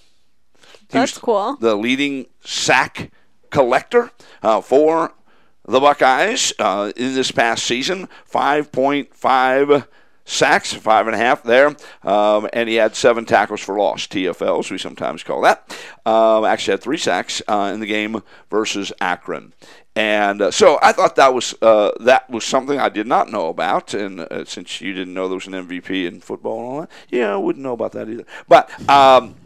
[SPEAKER 1] He was
[SPEAKER 2] That's cool.
[SPEAKER 1] The leading sack collector uh, for the Buckeyes uh, in this past season, 5.5 sacks, five and a half there, um, and he had seven tackles for loss, TFLs we sometimes call that. Um, actually had three sacks uh, in the game versus Akron. And uh, so I thought that was uh, that was something I did not know about, and uh, since you didn't know there was an MVP in football and all that, yeah, I wouldn't know about that either. But um,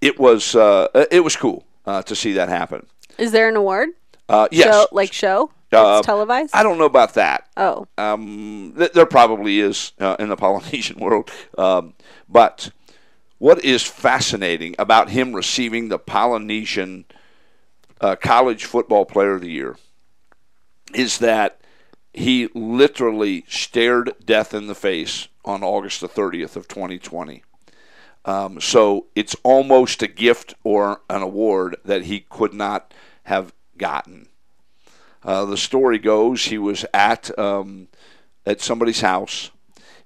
[SPEAKER 1] it was uh, it was cool uh, to see that happen.
[SPEAKER 2] Is there an award?
[SPEAKER 1] Uh, yes,
[SPEAKER 2] Show, like show?
[SPEAKER 1] Uh,
[SPEAKER 2] it's televised?
[SPEAKER 1] I don't know about that.
[SPEAKER 2] oh.
[SPEAKER 1] Um, th- there probably is uh, in the Polynesian world, um, but what is fascinating about him receiving the Polynesian uh, College Football Player of the Year is that he literally stared death in the face on August the 30th of 2020. Um, so it's almost a gift or an award that he could not have gotten. Uh, the story goes he was at um, at somebody's house,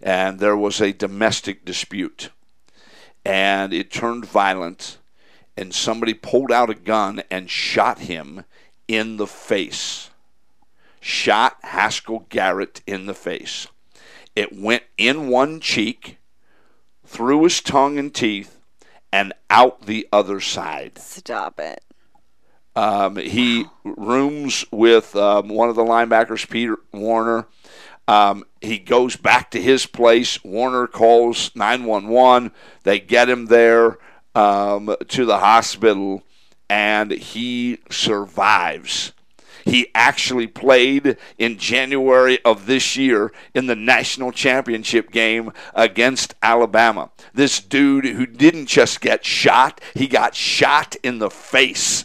[SPEAKER 1] and there was a domestic dispute, and it turned violent, and somebody pulled out a gun and shot him in the face. Shot Haskell Garrett in the face. It went in one cheek, through his tongue and teeth, and out the other side.
[SPEAKER 2] Stop it.
[SPEAKER 1] Um, he rooms with um, one of the linebackers, Peter Warner. Um, he goes back to his place. Warner calls 911. They get him there um, to the hospital, and he survives. He actually played in January of this year in the national championship game against Alabama. This dude who didn't just get shot, he got shot in the face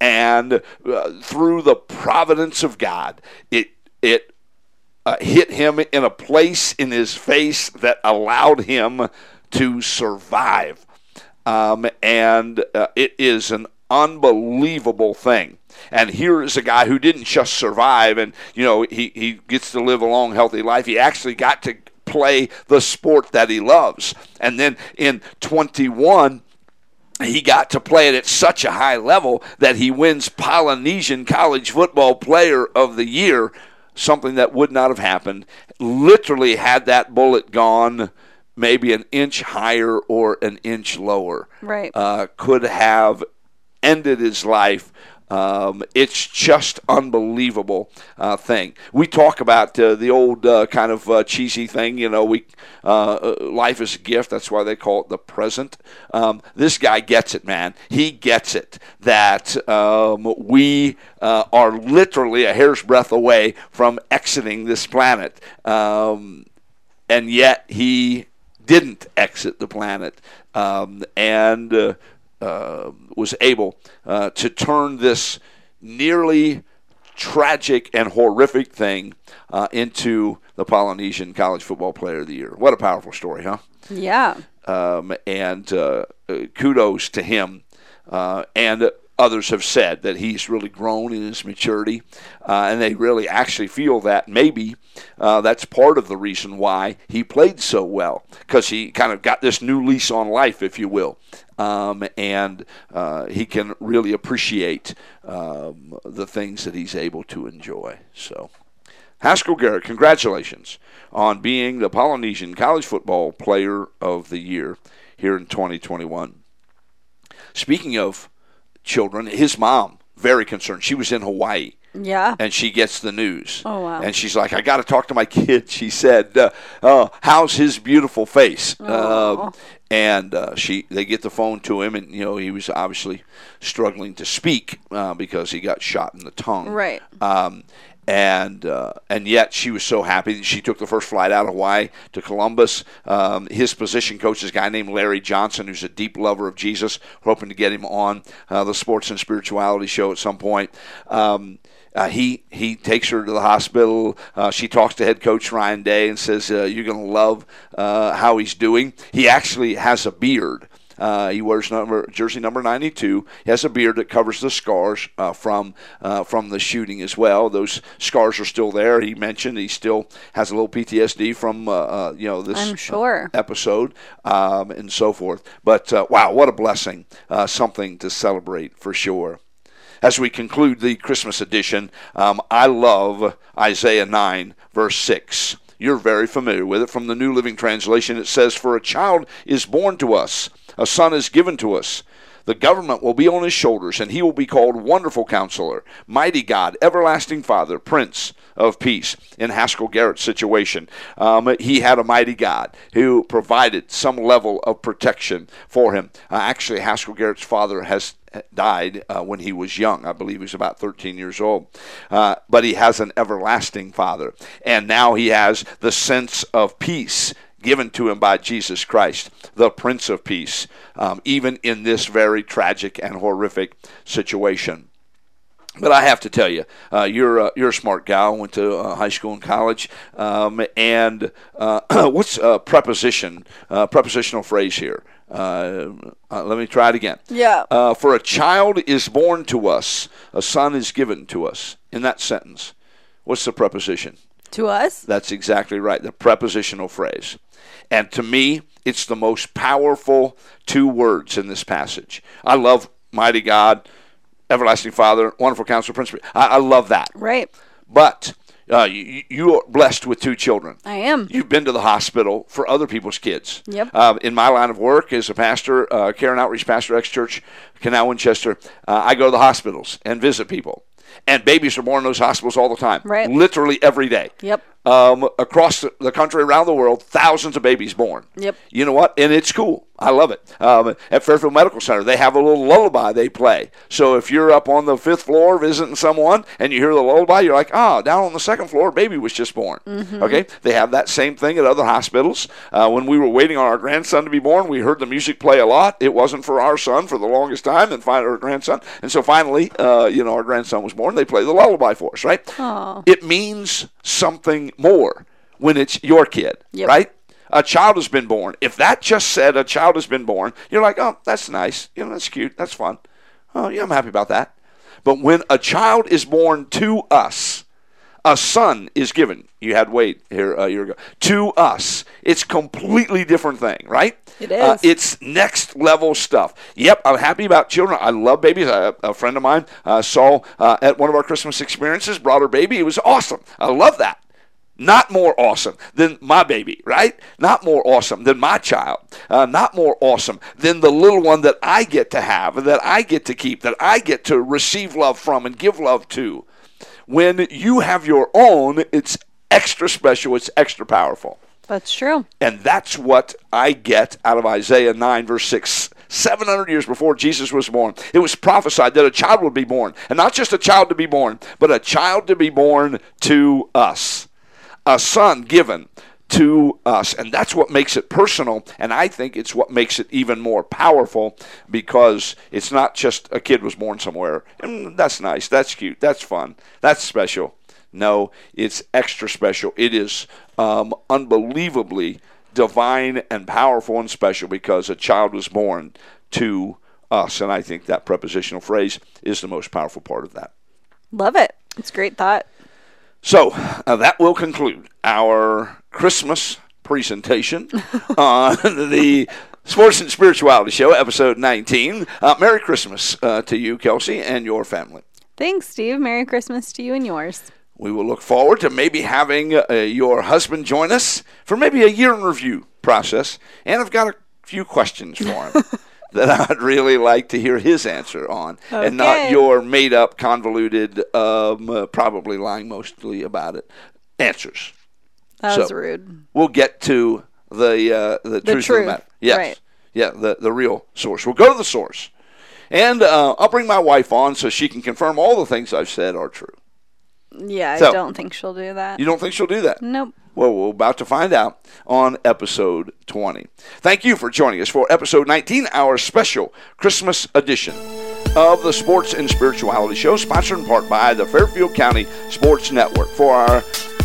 [SPEAKER 1] and uh, through the providence of God, it it uh, hit him in a place in his face that allowed him to survive. Um, and uh, it is an unbelievable thing. And here is a guy who didn't just survive, and you know he he gets to live a long, healthy life. He actually got to play the sport that he loves. And then in 21 he got to play it at such a high level that he wins Polynesian College Football Player of the Year, something that would not have happened. Literally, had that bullet gone maybe an inch higher or an inch lower,
[SPEAKER 2] Right.
[SPEAKER 1] uh, could have ended his life. Um, it's just unbelievable uh, thing. We talk about uh, the old uh, kind of uh, cheesy thing, you know. We uh, uh, life is a gift. That's why they call it the present. Um, this guy gets it, man. He gets it that um, we uh, are literally a hair's breadth away from exiting this planet. Um, and yet he didn't exit the planet um, and uh, uh, was able uh, to turn this nearly tragic and horrific thing uh, into the Polynesian College Football Player of the Year. What a powerful story, huh?
[SPEAKER 2] Yeah.
[SPEAKER 1] um, and uh, uh, kudos to him. Uh, and others have said that he's really grown in his maturity, uh, and they really actually feel that maybe uh, that's part of the reason why he played so well because he kind of got this new lease on life, if you will. Um, and uh, he can really appreciate um, the things that he's able to enjoy. So, Haskell Garrett, congratulations on being the Polynesian College Football Player of the Year here in 2021. Speaking of children, his mom, very concerned. She was in Hawaii
[SPEAKER 2] Yeah.
[SPEAKER 1] and she gets the news.
[SPEAKER 2] Oh, wow.
[SPEAKER 1] And she's like, I got to talk to my kid. She said, uh, uh, "How's his beautiful face?"
[SPEAKER 2] Oh.
[SPEAKER 1] Um, and uh, she, they get the phone to him, and you know he was obviously struggling to speak uh, because he got shot in the tongue.
[SPEAKER 2] Right.
[SPEAKER 1] Um, and uh, and yet she was so happy that she took the first flight out of Hawaii to Columbus. Um, his position coach is a guy named Larry Johnson, who's a deep lover of Jesus. We're hoping to get him on uh, the Sports and Spirituality Show at some point. Um, uh, he he takes her to the hospital. Uh, she talks to head coach Ryan Day and says, uh, "You're going to love uh, how he's doing." He actually has a beard. Uh, he wears number jersey number 92. He has a beard that covers the scars uh, from uh, from the shooting as well. Those scars are still there. He mentioned he still has a little PTSD from uh, uh, you know this
[SPEAKER 2] I'm sure.
[SPEAKER 1] episode um, and so forth. But uh, wow, what a blessing! Uh, something to celebrate for sure. As we conclude the Christmas edition, um, I love Isaiah 9, verse 6. You're very familiar with it from the New Living Translation. It says, For a child is born to us, a son is given to us. The government will be on his shoulders, and he will be called Wonderful Counselor, Mighty God, Everlasting Father, Prince of Peace. In Haskell Garrett's situation, um, he had a mighty God who provided some level of protection for him. Uh, actually, Haskell Garrett's father has died uh, when he was young. I believe he was about 13 years old. Uh, but he has an everlasting father. And now he has the sense of peace given to him by Jesus Christ, the Prince of Peace, um, even in this very tragic and horrific situation. But I have to tell you, uh, you're a, you're a smart gal. Went to uh, high school and college. Um, and uh, what's a preposition? Uh, prepositional phrase here. Uh, uh, let me try it again.
[SPEAKER 2] Yeah.
[SPEAKER 1] Uh, for a child is born to us, a son is given to us. In that sentence, what's the preposition?
[SPEAKER 2] To us?
[SPEAKER 1] That's exactly right. The prepositional phrase. And to me, it's the most powerful two words in this passage. I love mighty God, everlasting Father, wonderful Counselor, Prince. of Peace. I, I love that.
[SPEAKER 2] Right.
[SPEAKER 1] But uh, you, you are blessed with two children.
[SPEAKER 2] I am.
[SPEAKER 1] You've been to the hospital for other people's kids.
[SPEAKER 2] Hmm. Yep.
[SPEAKER 1] Um, in my line of work as a pastor, uh, care and outreach pastor, ex church, Canal Winchester, uh, I go to the hospitals and visit people. And babies are born in those hospitals all the time.
[SPEAKER 2] Right.
[SPEAKER 1] Literally every day.
[SPEAKER 2] Yep.
[SPEAKER 1] Um, across the, the country, around the world, thousands of babies born.
[SPEAKER 2] Yep.
[SPEAKER 1] You know what? And it's cool. I love it. Um, at Fairfield Medical Center, they have a little lullaby they play. So if you're up on the fifth floor visiting someone and you hear the lullaby, you're like, oh, down on the second floor, baby was just born.
[SPEAKER 2] Mm-hmm.
[SPEAKER 1] Okay? They have that same thing at other hospitals. Uh, when we were waiting on our grandson to be born, we heard the music play a lot. It wasn't for our son for the longest time, and finally, our grandson. And so finally, uh, you know, our grandson was born. They play the lullaby for us, right?
[SPEAKER 2] Aw.
[SPEAKER 1] It means something more when it's your kid,
[SPEAKER 2] Yep.
[SPEAKER 1] right? a child has been born. If that just said a child has been born, you're like, oh, that's nice. You know, that's cute. That's fun. Oh, yeah, I'm happy about that. But when a child is born to us, a son is given. You had Wade here uh, a year ago. To us, it's completely different thing, right?
[SPEAKER 2] It
[SPEAKER 1] Uh,
[SPEAKER 2] is.
[SPEAKER 1] it's next level stuff. Yep, I'm happy about children. I love babies. I, a friend of mine uh, saw uh, at one of our Christmas experiences, brought her baby. It was awesome. I love that. Not more awesome than my baby, right? Not more awesome than my child. Uh, not more awesome than the little one that I get to have, that I get to keep, that I get to receive love from and give love to. When you have your own, it's extra special, it's extra powerful.
[SPEAKER 2] That's true.
[SPEAKER 1] And that's what I get out of Isaiah 9, verse 6. 700 years before Jesus was born, it was prophesied that a child would be born. And not just a child to be born, but a child to be born to us, a son given to us. And that's what makes it personal. And I think it's what makes it even more powerful because it's not just a kid was born somewhere. And that's nice. That's cute. That's fun. That's special. No, it's extra special. It is um, unbelievably divine and powerful and special because a child was born to us. And I think that prepositional phrase is the most powerful part of that.
[SPEAKER 2] Love it. It's a great thought.
[SPEAKER 1] So uh, that will conclude our Christmas presentation on the Sports and Spirituality Show, episode 19. Uh, Merry Christmas uh, to you, Kelsey, and your family.
[SPEAKER 2] Thanks, Steve. Merry Christmas to you and yours.
[SPEAKER 1] We will look forward to maybe having uh, your husband join us for maybe a year in review process. And I've got a few questions for him that I'd really like to hear his answer on, and not
[SPEAKER 2] Okay.
[SPEAKER 1] your made up, convoluted, um, uh, probably lying mostly about it answers.
[SPEAKER 2] That was
[SPEAKER 1] So-
[SPEAKER 2] rude.
[SPEAKER 1] We'll get to the uh, the, truth, of
[SPEAKER 2] truth,
[SPEAKER 1] the matter. Yes,
[SPEAKER 2] right.
[SPEAKER 1] yeah, the the real source. We'll go to the source, and uh, I'll bring my wife on so she can confirm all the things I've said are true.
[SPEAKER 2] Yeah,
[SPEAKER 1] So-
[SPEAKER 2] I don't think she'll do that.
[SPEAKER 1] You don't think she'll do that?
[SPEAKER 2] Nope.
[SPEAKER 1] Well, we're about to find out on episode 20. Thank you for joining us for episode 19, our special Christmas edition of the Sports and Spirituality Show, sponsored in part by the Fairfield County Sports Network. For our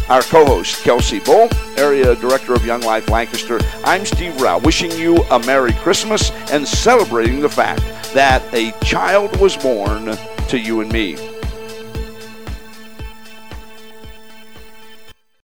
[SPEAKER 1] our co-host Kelsey Bull, area director of Young Life Lancaster. I'm Steve Rao, wishing you a Merry Christmas and celebrating the fact that a child was born to you and me.